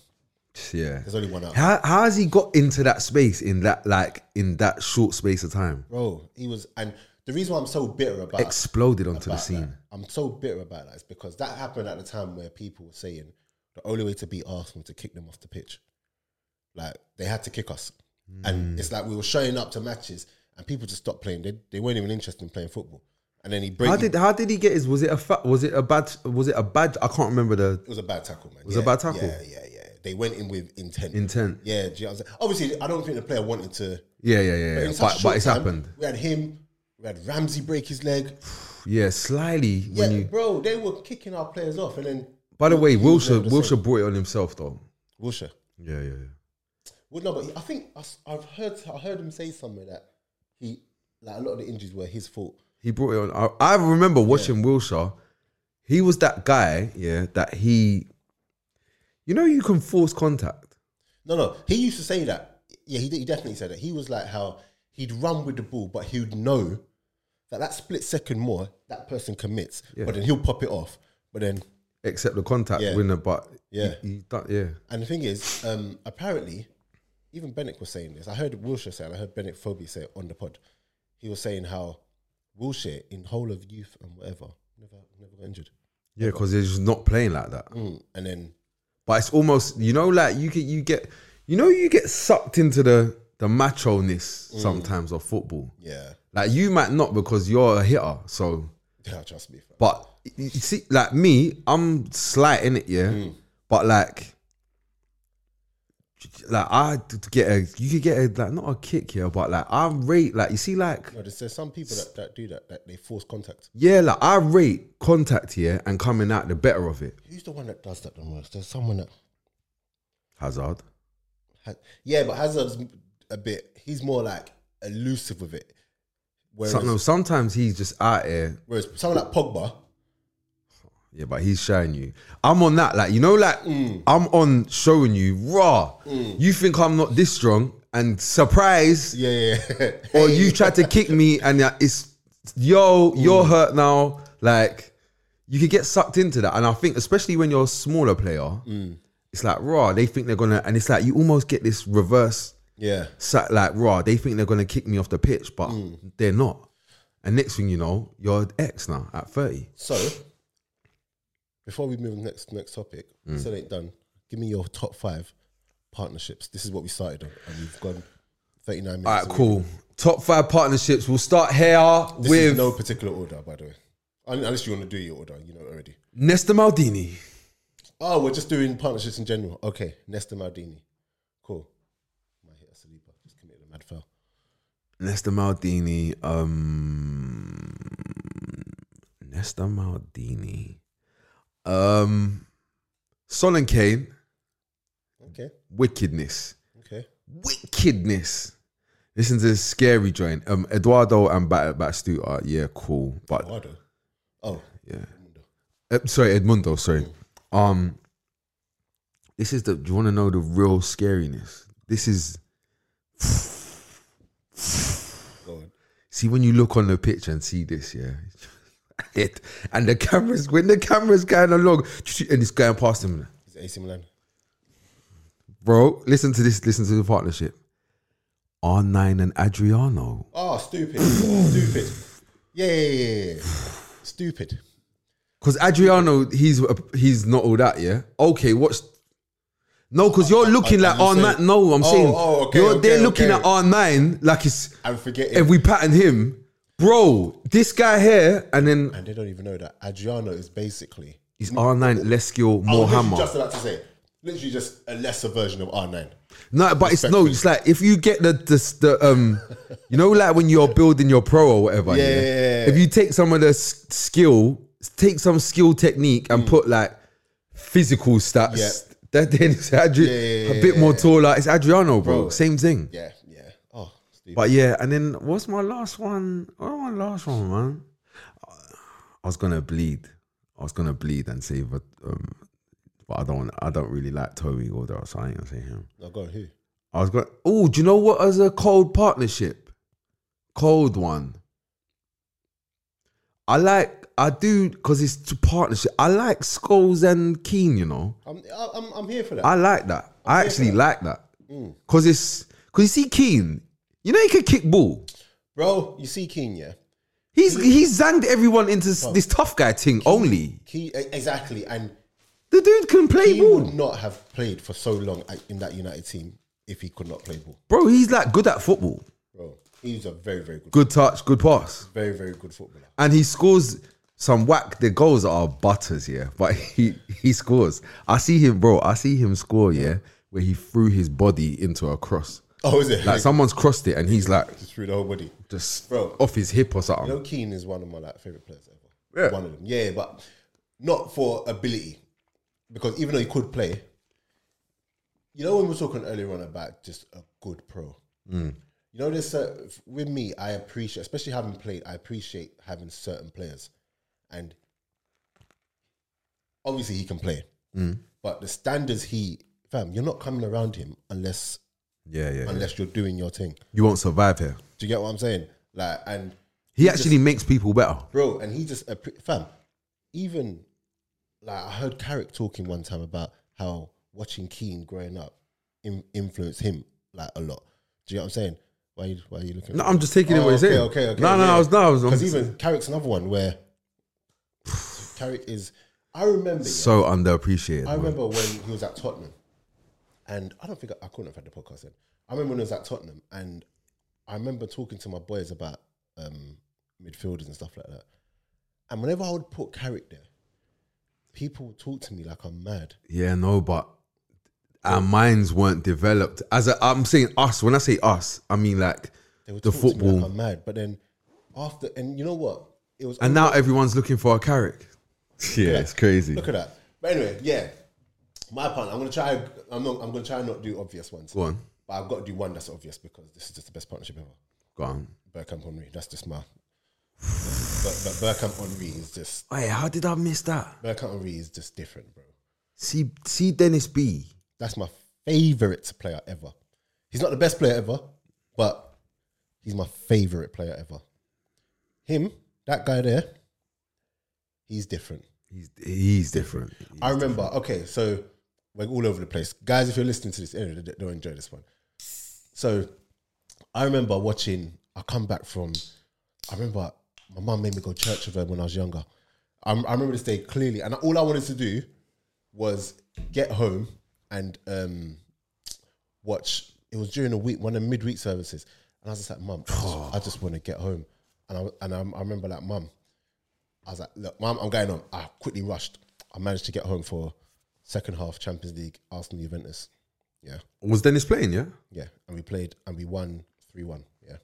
Yeah. There's only one outcome." How how has he got into that space in that like in that short space of time? Bro, he was, and the reason why I'm so bitter about Exploded onto the about scene. that. I'm so bitter about that is because that happened at the time where people were saying the only way to beat Arsenal to kick them off the pitch. Like they had to kick us, Hmm. and it's like we were showing up to matches and people just stopped playing. They, they weren't even interested in playing football. And then he break. How did how did he get his? Was it a fa- was it a bad was it a bad? I can't remember the it was a bad tackle, man. It was a bad tackle? Yeah, yeah, yeah. They went in with intent. intent. yeah, do you know what I'm saying? Obviously, I don't think the player wanted to. Yeah, yeah, yeah. yeah. in such a But, short but it's time, happened. We had him. We had Ramsey break his leg. Yeah, slyly. Yeah, When you. bro, they were kicking our players off, and then By the way, He was Wilshire never the same. Wilshire brought it on himself though. Wilshire. Yeah, yeah, yeah. Well, no, but I think I, have heard I heard him say somewhere that he like a lot of the injuries were his fault. He brought it on. I, I remember watching Wilshire. He was that guy. Yeah, that he. You know, you can force contact. No, no, he used to say that. Yeah, he, did- he definitely said that. He was like how he'd run with the ball, but he'd know that that split second more that person commits, Yeah. but then he'll pop it off. But then, Accept the contact Yeah. winner, but Yeah. he, he done, yeah. and the thing is, um, apparently, even Bennett was saying this. I heard Wilshire say, it, and I heard Bennett Phobie say it on the pod. He was saying how Wilshire in whole of youth and whatever never never got injured, Yeah, because they're just not playing like that. Mm, and then But it's almost you know, like you get you get you know you get sucked into the the macho ness Mm. sometimes of football. yeah, Like you might not because you're a hitter, so trust me. fam. but y- you see, like me, I'm slight in it, yeah. But like, like I d- d- get a, you could get a like not a kick here, but like I rate like you see like No, there's, there's some people that, that do that, that they force contact. yeah, like I rate contact here and coming out the better of it. Who's the one that does that the most? There's someone that. Hazard, Ha- yeah, but Hazard's a bit. He's more like elusive with it. Whereas, Some, no, sometimes he's just out here whereas someone like Pogba, Yeah, but he's showing you. I'm on that, like you know, like I'm on showing you raw. You think I'm not this strong, and surprise, yeah, yeah, yeah. or you tried to kick me, and uh, it's yo, you're hurt now. Like you could get sucked into that, and I think especially when you're a smaller player, it's like raw. They think they're gonna, and it's like you almost get this reverse, yeah. sat like raw. They think they're gonna kick me off the pitch, but they're not. And next thing you know, you're ex now at thirty. So, before we move on to next next topic, Hmm. still ain't done. Give me your top five partnerships. This is what we started on, and we've gone 39 minutes. All right, already. cool. Top five partnerships. We'll start here This is with no particular order, by the way. Un- Unless you want to do your order, you know already. Nesta Maldini. Oh, we're just doing partnerships in general. Okay, Nesta Maldini. Cool. My hit a sleeper. Just committed a mad foul. Nesta Maldini. Um, Nesta Maldini. Um, Son and Kane. Okay, Wickedness. okay. Wickedness. Listen to this scary joint. Um, Eduardo and Bat Batistuta. Yeah, cool. But Eduardo. Oh, yeah. Uh, sorry, Edmundo. Sorry. Um, this is the. Do you want to know the real scariness? This is go on. see when you look on the pitch and see this, yeah. It and the cameras when the cameras going along and it's going past him, He's AC Milan. bro. Listen to this. Listen to the partnership. R nine and Adriano. Oh, stupid. stupid. Yeah, yeah, yeah, yeah. Stupid. Because Adriano, he's he's not all that, yeah. Okay, what's no? Because you're looking I- like R I'm nine. saying- No, I'm Oh, saying oh, okay, you're, they're okay, looking okay. at R nine like it's I'm forgetting. if we pattern him, bro. This guy here, and then and they don't even know that Adriano is basically. he's R nine, less skill, I was more literally Oh, hammer. Oh, Just about to say, literally just a lesser version of R9. No, but it's no. It's like if you get the the, the um, you know, like when you're building your pro or whatever. Yeah, yeah, yeah. If you take some of the s- skill, take some skill technique and put like physical stats Mm. Yeah. That then it's Adri- yeah, a bit more taller. It's Adriano, bro. Same thing. Yeah, yeah. Oh, Steve. But yeah, and then what's my last one? Oh, my last one, man. I was gonna bleed. I was gonna bleed and say, but um, but I don't. I don't really like Toby Gordo, so I ain't gonna say him. no, go on, who? I was going. Oh, do you know what? As a cold partnership, cold one. I like. I do because it's to partnership. I like Skulls and Keen. You know, I'm, I- I'm, I'm here for that. I like that. I actually like that Mm. because it's because you see Keen. You know he could kick ball. Bro, you see Keane, yeah? He's he's zanged everyone into s- this tough guy thing only. He, e- exactly. And The dude can play he ball, would not have played for so long at- in that United team if he could not play ball. bro. He's like good at football. Bro, he was a very, very good, Good touch, good pass. very, very good footballer. and he scores some whack. The goals are butters, yeah. But he he scores. I see him, bro. I see him score, yeah. Where he threw his body into a cross, Oh, is it? like someone's crossed it, and he's like just through the whole body. just Bro. off his hip or something. Joe Keane is one of my like favorite players ever. Yeah. One of them. Yeah, but not for ability. Because even though he could play, you know when we were talking earlier on about just a good pro. You know this uh, f- with me, I appreciate, especially having played, I appreciate having certain players, and obviously he can play, but the standards he fam, you're not coming around him unless Yeah, yeah. yeah. unless you're doing your thing. You won't survive here. Do you get what I'm saying? Like and He actually makes people better. bro. And he just appre- fam. Even like I heard Carrick talking one time about how watching Keane growing up in, influenced him like a lot. Do you know what I'm saying? Why are you, why are you looking? No, I'm just taking it what okay, he's saying. Okay, okay. No, no, I was no, I was. because I'm even Carrick's another one where Carrick is. I remember. yeah, so underappreciated. I man. remember when he was at Tottenham, and I don't think I, I couldn't have had the podcast then. I remember when he was at Tottenham, and I remember talking to my boys about um, midfielders and stuff like that. And whenever I would put Carrick there, people would talk to me like I'm mad. Yeah, no, but our minds weren't developed. As i I'm saying, us. When I say us, I mean like They would the talk to me football. like I'm mad. But then after, and you know what? It was And now everyone's looking for a Carrick. Yeah, it's crazy. look at that. But anyway, yeah, my pun. I'm gonna try. I'm not. I'm gonna try and not do obvious ones. Go on, But I've got to do one that's obvious because this is just the best partnership ever. go on. Burkamp Henry. That's just my. But, but Burkamp Henry is just Wait, how did I miss that? Burkamp Henry is just different, bro. See, see Dennis B. That's my favorite player ever. He's not the best player ever, but he's my favorite player ever. Him, that guy there, he's different. He's he's different. I remember. Okay, so we're all over the place, guys. If you're listening to this, anyway, they- they'll enjoy this one. So, I remember watching. I come back from. I remember my mum made me go church with her when I was younger. I, I remember this day clearly, and all I wanted to do was get home and um, watch. It was during the week, one of the midweek services, and I was just like, "Mum, I just, I just want to get home." And I and I, I remember like, "Mum, I was like, look, mum, I'm going on. I quickly rushed. I managed to get home for second half Champions League, Arsenal Juventus. Yeah. Was Dennis playing? Yeah. Yeah. And we played and we won 3 1. Yeah.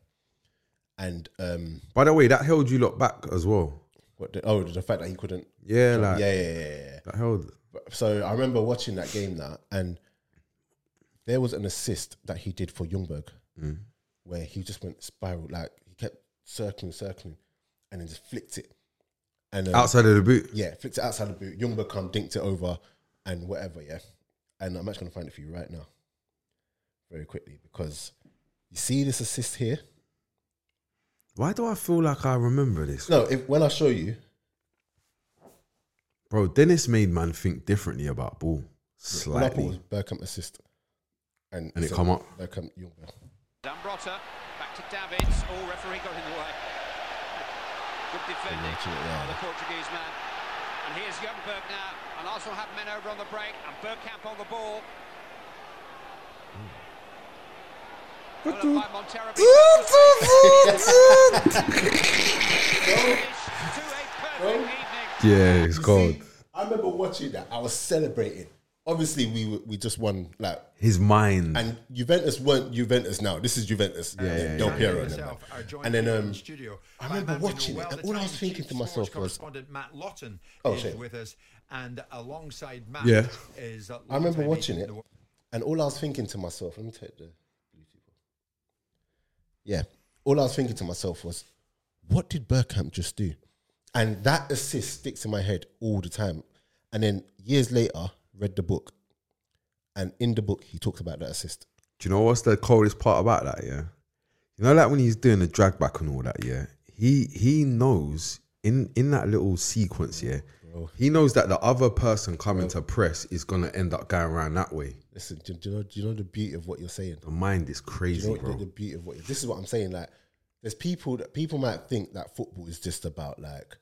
And um By the way, that held you lot back as well. what the, oh the fact that he couldn't Yeah, like yeah, yeah, yeah, yeah, that held. yeah. So I remember watching that game now and there was an assist that he did for Jungberg where he just went spiral, like he kept circling, circling, and then just flicked it. And um, Outside of the boot. yeah, flicked it outside the boot. Jungberg come, dinked it over, and whatever, yeah. And I'm actually gonna find it for you right now, very quickly, because you see this assist here. Why do I feel like I remember this, No, if when I show you, bro? Dennis made man think differently about all I put ball was slightly, Bergkamp assist, and and it so come up. Bergkamp Jungberg. Dambrotta, back to Davids. Oh, referee got in the way. Good defending by the Portuguese man. And here's Jungberg now. And Arsenal have men over on the break. And Bergkamp on the ball. Well up by Montero. Finish to a perfect evening. yeah, it's You cold. see, I remember watching that. I was celebrating. obviously we w- we just won like His mind. and Juventus weren't Juventus now. This is Juventus. Yeah, yeah, Del yeah. Piero. And, them. Myself are joined and then here in um, studio I by a remember man we know watching it, well, and the all I was Times thinking Chief to myself Sports was- correspondent Matt Lawton Oh, is shit. with us, and alongside Matt Yeah. is a I remember longtime watching agent it, in the and all I was thinking to myself, let me take the Bluetooth. off. Yeah, all I was thinking to myself was, what did Burkamp just do? And that assist sticks in my head all the time. And then years later, read the book, and in the book he talks about that assist. Do you know what's the coldest part about that? Yeah, you know, like when he's doing the drag back and all that. Yeah, he he knows in in that little sequence. Yeah, he knows that the other person coming to press is gonna end up going around that way. Listen, do, do you know? Do you know the beauty of what you're saying? The mind is you crazy, know bro. the, the beauty of what this is what I'm saying. Like, there's people that people might think that football is just about like,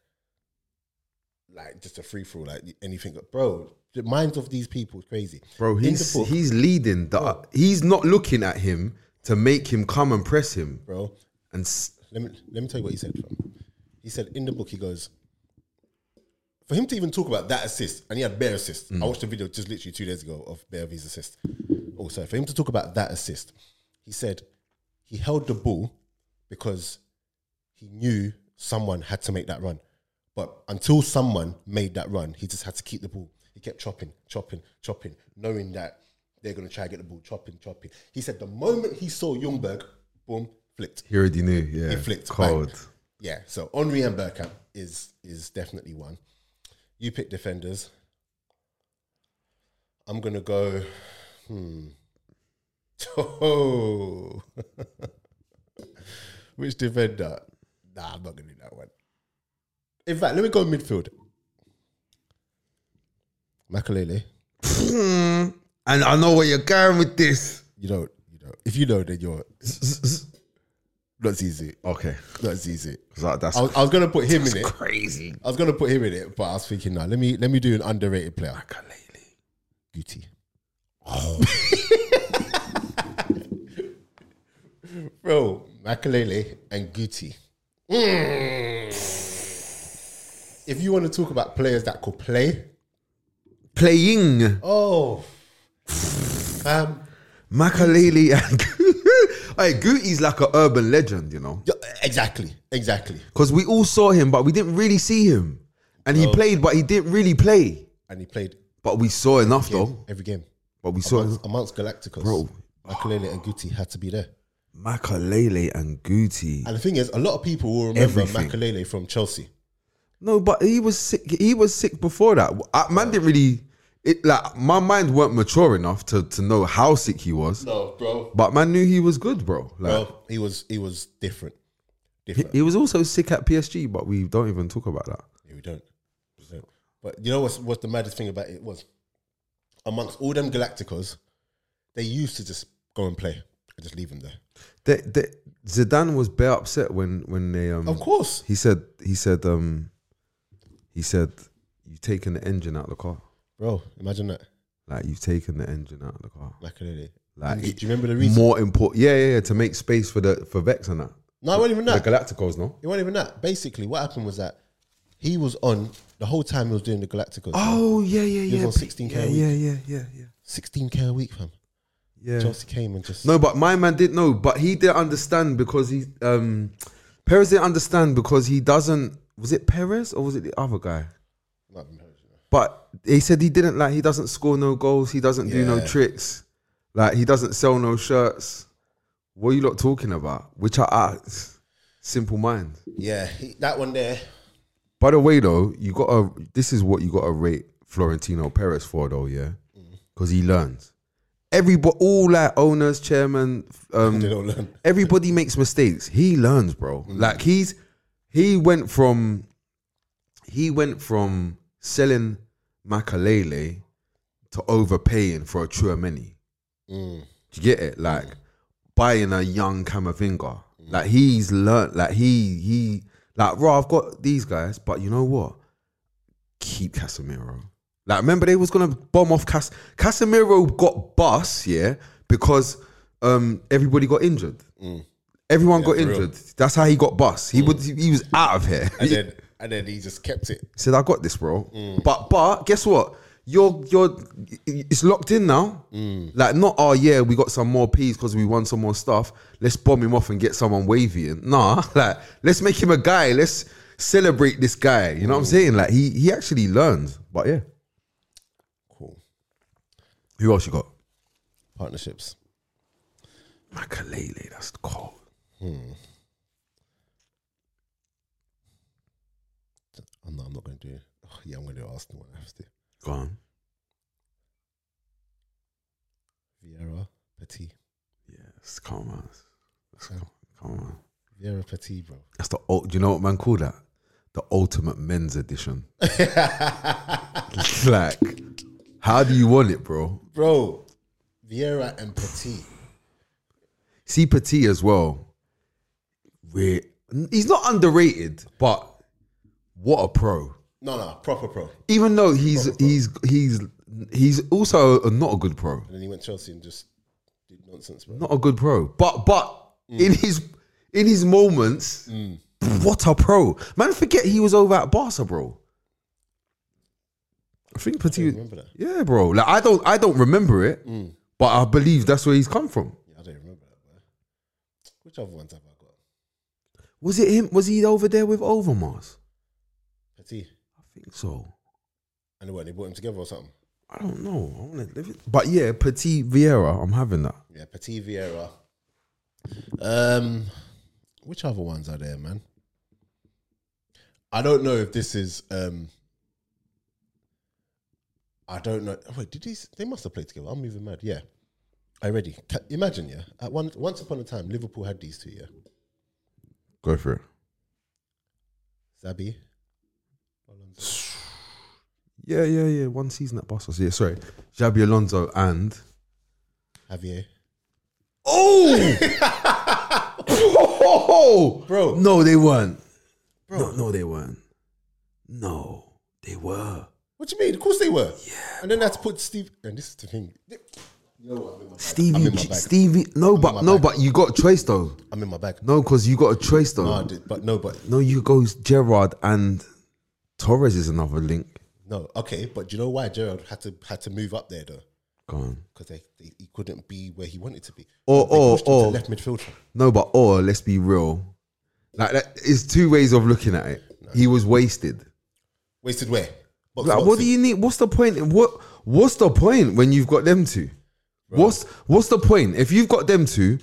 like just a free for all, like anything. But bro, the minds of these people is crazy. bro, In the he's book- he's leading. The, He's not looking at him to make him come and press him. bro. And s- Let me let me tell you what he said. Fam. He said in the book, he goes. For him to even talk about that assist, and he had bare assists. I watched a video just literally two days ago of Bear V's assist. Oh, sorry. For him to talk about that assist, he said he held the ball because he knew someone had to make that run. But until someone made that run, he just had to keep the ball. He kept chopping, chopping, chopping, knowing that they're going to try and get the ball, chopping, chopping. He said the moment he saw Jungberg, boom, flicked. he already knew. Yeah, flicked, cold. bang. Yeah, so Henri and Burkamp is is definitely one. You pick defenders. I'm gonna go. Hmm. Oh. Which defender? Nah, I'm not gonna do that one. In fact, let me go midfield. Makalele. Hmm, And I know where you're going with this. You don't. You don't. If you know, then you're. Not easy. Okay, Not easy. 'Cause that- that's I was, I was gonna put him in it. crazy. I was gonna put him in it, but I was thinking, no, let me let me do an underrated player, Kalele. Guti. Oh, bro, Makalele and Guti. Mm. If you want to talk about players that could play, Playing. oh, um, Makalele and hey, Gooty's like an urban legend, you know, yeah, exactly, exactly, because we all saw him, but we didn't really see him, and he played, but he didn't really play. and he played But we saw enough though. every game But we saw amongst, amongst Galacticos. Bro. Makalele and Guti had to be there. Makalele and Gooty. And the thing is, a lot of people will remember Everything. Makalele from Chelsea. No, but he was sick. He was sick before that. I, man didn't really. It like my mind weren't mature enough to to know how sick he was. No, bro. But man knew he was good, bro. Like Well, he was he was different. he, Different. he was also sick at PSG, but we don't even talk about that. Yeah, we don't. We don't. But you know what's what's the maddest thing about it was amongst all them Galacticos, they used to just go and play and just leave him there. They, they, Zidane was bare upset when when they um. Of course. He said he said um he said you've taken the engine out of the car. Bro, imagine that. Like you've taken the engine out of the car. Makalele. Like do you it- remember the reason? More important, yeah, yeah, yeah, to make space for the for Vex and that. No, it wasn't even The that. Galacticos, no. It wasn't even that. Basically, what happened was that he was on the whole time he was doing the Galacticos. Oh yeah, yeah, yeah. was on 16K Yeah, a week. yeah, yeah, yeah, yeah. 16k a week, fam. Yeah. Chelsea came and just No, but my man didn't know, but he didn't understand because he um Perez didn't understand because he doesn't was it Perez or was it the other guy? But he said he didn't like he doesn't score no goals, he doesn't do no Yeah. tricks, like he doesn't sell no shirts. What are you lot talking about? Which are us. Simple mind. Yeah, he, that one there. By the way though, you gotta this is what you gotta rate Florentino Perez for though, yeah? Because he learns. Everybody all like owners, chairman, um They don't learn. everybody makes mistakes. He learns, bro. Like he's he went from he went from selling Makalele to overpaying for a Chouameni. Do you get it? Like buying a young Camavinga. Like he's learnt. Like he he like raw. I've got these guys, but you know what? Keep Casemiro. Like remember they was gonna bomb off Cas. Casemiro got bus yeah because um everybody got injured. Everyone got Mm. for real. Mm. injured. That's how he got bus. He was he was out of here. And then and then he just kept it. Mm. He said, I got this, bro. But but guess what? you're you're it's locked in now. Like not oh yeah, we got some more peas because we won some more stuff. Let's bomb him off and get someone wavy. And nah, like let's make him a guy. Let's celebrate this guy. You know what I'm saying? Like he he actually learns. But yeah, Cool. who else you got? Partnerships. Makalele, that's cold. Oh, no, I'm not going to do it. Oh, yeah, I'm going to do Arsenal when I have to. Go on. Vieira, Petit. Yes, come on. Let's go. Come on. Vieira, Petit, bro. That's the ul- do you know what man call that? The ultimate men's edition. like, how do you want it, bro? Bro, Vieira and Petit. See Petit as well. We're, he's not underrated, but what a pro. No, no, proper pro. Even though he's he's he's he's also not a good pro. And then he went to Chelsea and just did nonsense, bro. Not a good pro. But but in his in his moments, what a pro. Man, forget he was over at Barca, bro. I think Petit remember that. Yeah, bro. Like I don't I don't remember it, but I believe that's where he's come from. Yeah, I don't remember that, bro. Which other ones have I got? Was it him? Was he over there with Overmars? Petit. I think so. And when they brought him together or something. I don't know. I want to live it. But yeah, Petit Vieira, I'm having that. Yeah, Petit Vieira. Um, which other ones are there, man? I don't know if this is. um I don't know. oh, Wait, did these? They must have played together. I'm moving mad. Yeah. I ready. Ca- Imagine, yeah. At one, once upon a time, Liverpool had these two, yeah. Go for it. Zabi. Yeah, yeah, yeah. One season at Barca. So, yeah, sorry. Xabi Alonso and Javier. Oh! Bro. No, they weren't. No, no, they weren't. No, they were. What do you mean? Of course they were. Yeah. And then that's put Steve. And this is the thing. You know what, I'm in my bag. I'm Stevie, in my G- bag. Stevie. No, in my but no, bag. but you got a choice though. I'm in my bag. No, because you got a choice though. No, I did, but no, but No, you go Gerard and Torres is another link. no. Okay, but do you know why Gerald had to had to move up there though? Go on. because they, they he couldn't be where he wanted to be. Or- They or- pushed him to or- left midfielder. No, but or let's be real. Like that is two ways of looking at it. He was wasted. Wasted where? Box, Like, box what in. do you need? What's the point? in- What What's the point when you've got them two? What's What's the point if you've got them two?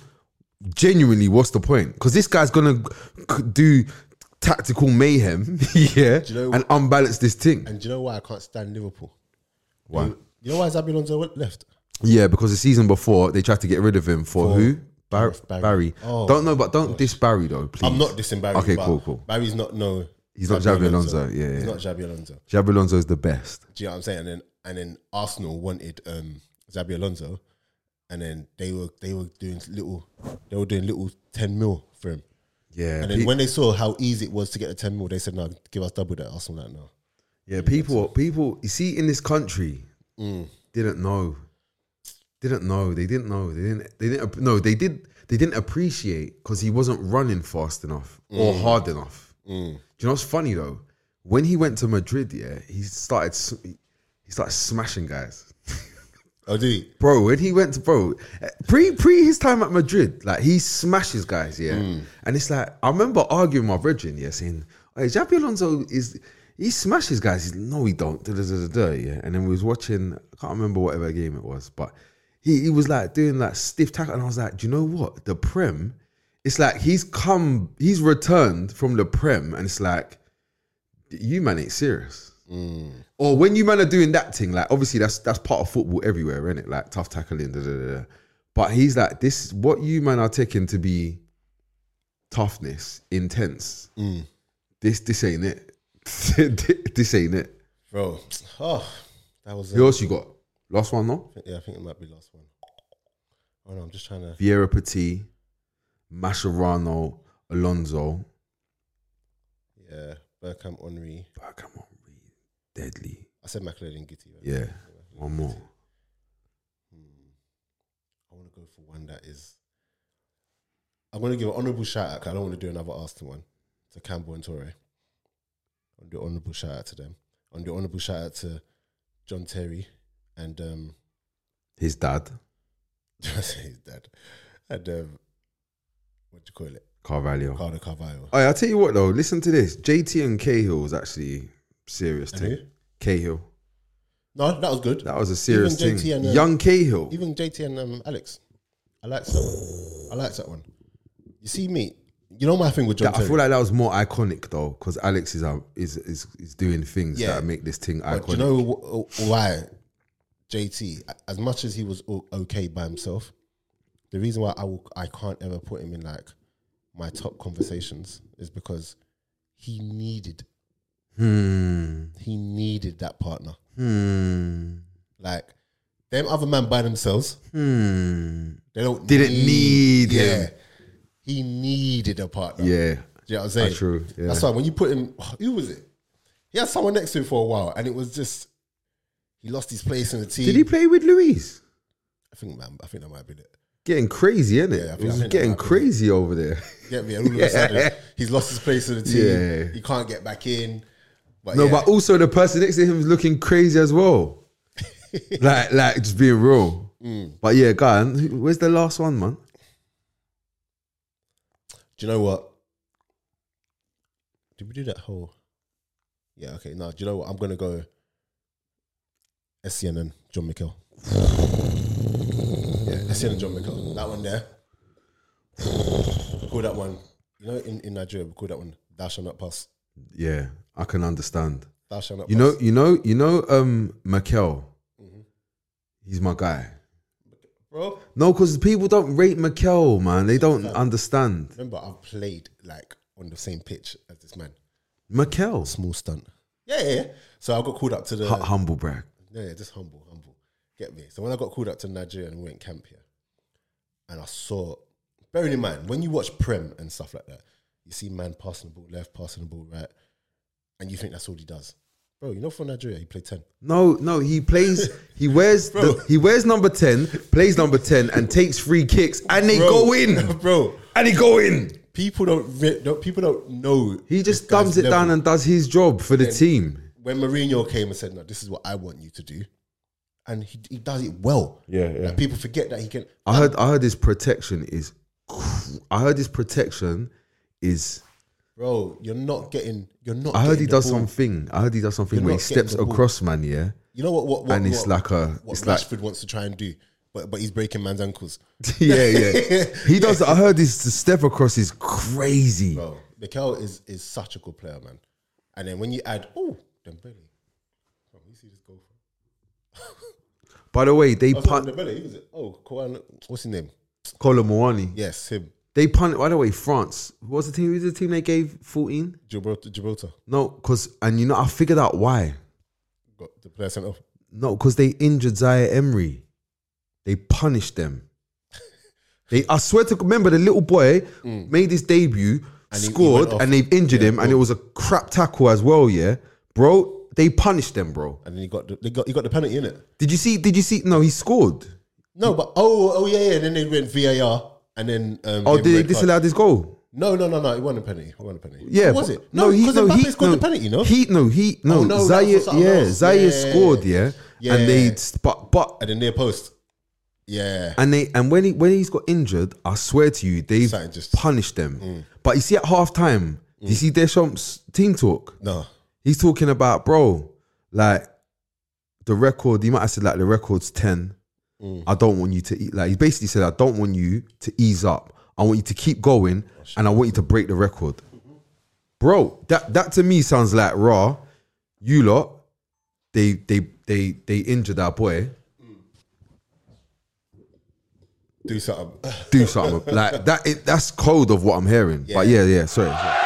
Genuinely, what's the point? Because this guy's gonna c- do tactical mayhem, yeah, you know- and unbalance this thing. And do you know why I can't stand Liverpool? Why? You know why Xabi Alonso went left? Yeah, because the season before they tried to get rid of him for, who? Bar- Barry. Barry. Oh, don't know, but don't diss Barry though, please. I'm not dissing Barry. Okay, but cool, cool. Barry's not no. He's not Xabi Alonso, yeah, he's yeah. not Xabi Alonso. Xabi Alonso is the best. Do you know what I'm saying? And then and then Arsenal wanted um, Xabi Alonso, and then they were they were doing little they were doing little ten mil for him. Yeah, And then pe- when they saw how easy it was to get a ten mil, they said, "No, give us double that." Arsenal like, "No." yeah, people, people. You see, in this country, Mm. didn't know, didn't know. They didn't know. They didn't. They didn't. No, they did. They didn't appreciate because he wasn't running fast enough or Mm. hard enough. Do you know what's funny though? When he went to Madrid, yeah, he started. s- He started smashing guys. Oh, do he? bro. When he went to bro, pre pre his time at Madrid, like he smashes guys, yeah. And it's like I remember arguing with my brethren, yeah, saying, "Hey, Xabi Alonso is he smashes guys? He's, no, he don't." Da, da, da, da, da, yeah. And then we was watching, I can't remember whatever game it was, but he he was like doing that stiff tackle, and I was like, "Do you know what the Prem?" It's like he's come, he's returned from the Prem, and it's like you man ain't serious. Or when you man are doing that thing, like obviously that's that's part of football everywhere, isn't it? Like tough tackling, da, da, da, da. but he's like this. What you man are taking to be toughness, intense. Mm. This this ain't it. this ain't it. Bro, oh, that was. Who else you got? Last one, no? Yeah, I think it might be last one. Oh no, I'm just trying to. Vieira Petit, Mascherano, Alonso. Yeah, Burkham, Henri. Oh, come on, Reed. deadly. I said McLeod and Gitty. Right? Yeah, one more. I want to go for one that is. I'm going to give an honourable shout out 'cause I don't want to do another Arsenal one to Campbell and Torre. I'll do honourable shout out to them. I'll do honourable shout out to John Terry, and um, His dad, I say his dad, and um, what do you call it? Carvalho. Ricardo Carvalho. All right, I'll tell you what though. Listen to this. JT and Cahill is actually serious And thing. who? Cahill. No, that was good. That was a serious Even JT thing. and, uh, Young Cahill. Even JT and um, Alex, I like that. I like that one. You see me. You know my thing with John That- I Terry. feel like that was more iconic though, because Alex is, um, is is is doing things Yeah. that make this thing But do you iconic. know wh- why JT, as much as he was o- okay by himself, the reason why I will, I can't ever put him in like my top conversations is because he needed hmm. he needed that partner. Hmm. Like them other man by themselves, Hmm. they don't Didn't need him. He needed a partner. Yeah. Do you know what I'm saying? That's true, yeah. That's why when you put him, who was it? He had someone next to him for a while, and it was just he lost his place in the team. Did he play with Louise? I think man, I think that might be it. Getting crazy, isn't it? Yeah, I it think- I was think getting that happened. crazy over there. Get me? And all of a sudden, he's lost his place in the team. Yeah. He can't get back in. But No, yeah, but also the person next to him is looking crazy as well. like, like just being real. Mm. But yeah, guy, where's the last one, man? do you know what? Did we do that whole? Yeah. Okay. Now, do you know what? I'm gonna go. SCN and John McKill. Yeah, SCN and John McKill. That one there. We call that one. You know, in, in Nigeria, we call that one "Thou shall not pass." Yeah, I can understand. Thou shall not. You pass. know, you know, you know, um, Mikel. Mm-hmm. He's my guy. bro. No, because people don't rate Mikel, man. They don't understand Remember, I've played like on the same pitch as this man. Mikel. Small stunt. Yeah, yeah. yeah. So I got called up to the. Hu- humble brag. No, yeah, just humble, humble. Get me. So when I got called up to Nigeria and we went camp here, and I saw, bearing in mind, when you watch Prem and stuff like that, you see man passing the ball left, passing the ball right, and you think that's all he does. Bro, you know for Nigeria, he played 10. No, no, he plays. He wears. the, he wears number ten. Plays number ten and takes free kicks, and they Bro. go in, Bro, and they go in. people don't, re- don't people don't know. He this just guy's dumbs it level. down and does his job for the team. when Mourinho came and said, "No, this is what I want you to do," and he, he does it well. Yeah, yeah. Like, people forget that he can. I heard. I heard his protection is. cr- I heard his protection is. Bro, you're not getting. You're not. I heard getting he the does ball. something. I heard he does something You're where he not getting steps the ball. across, man. Yeah. You know what? What? what And it's what- like a- What it's like- Rashford wants to try and do, but but he's breaking man's ankles. yeah, yeah. He does. I heard this the step across is crazy. Bro, Mikel is is such a good player, man. And then when you add, oh, Dembele. Bro, you see this goal? By the way, they I was like, punt Dembele, who was it? Oh, Kwan, what's his name? Colomwani. Yes, him. They punt. By the way, France. What was the team? Who was the team they gave fourteen? Gibraltar, Gibraltar No, because and you know I figured out why. got the player sent off. No, because they injured Zaire Emery. They punished them. they, I swear to remember the little boy made his debut, Mm. And he- he scored, went off. and they've injured Yeah, him, and it was a crap tackle as well. Yeah, bro, they punished them, bro. And then he got the, they got he got the penalty in it. Did you see? Did you see? No, he scored. No, but oh, oh yeah, yeah. And then they went VAR, and then um, Oh, gave did a red they card. disallow this goal? No, no, no, no. It wasn't a penalty. It wasn't a penalty. Yeah, Or was but- it? No, because no, Mbappe scored no, the penalty. No, he, no, he, no. Oh, no, that was Zaire, for something yeah, else. Zaire Yeah. scored, yeah, Yeah. and they, but, but, at the near post. Yeah, and they, and when he, when he's got injured, I swear to you, they've Something just- Mm. punished them. But you see, at half time, you see Deschamps' team talk. no. He's talking about, bro, like the record. He might have said like the record's ten. I don't want you to eat. Like he basically said, I don't want you to ease up. I want you to keep going, and I want you to break the record, bro. That that to me sounds like raw. You lot, they they they they injured our boy. Do something. Do something like that. It, that's cold of what I'm hearing. But yeah, yeah, sorry. sorry.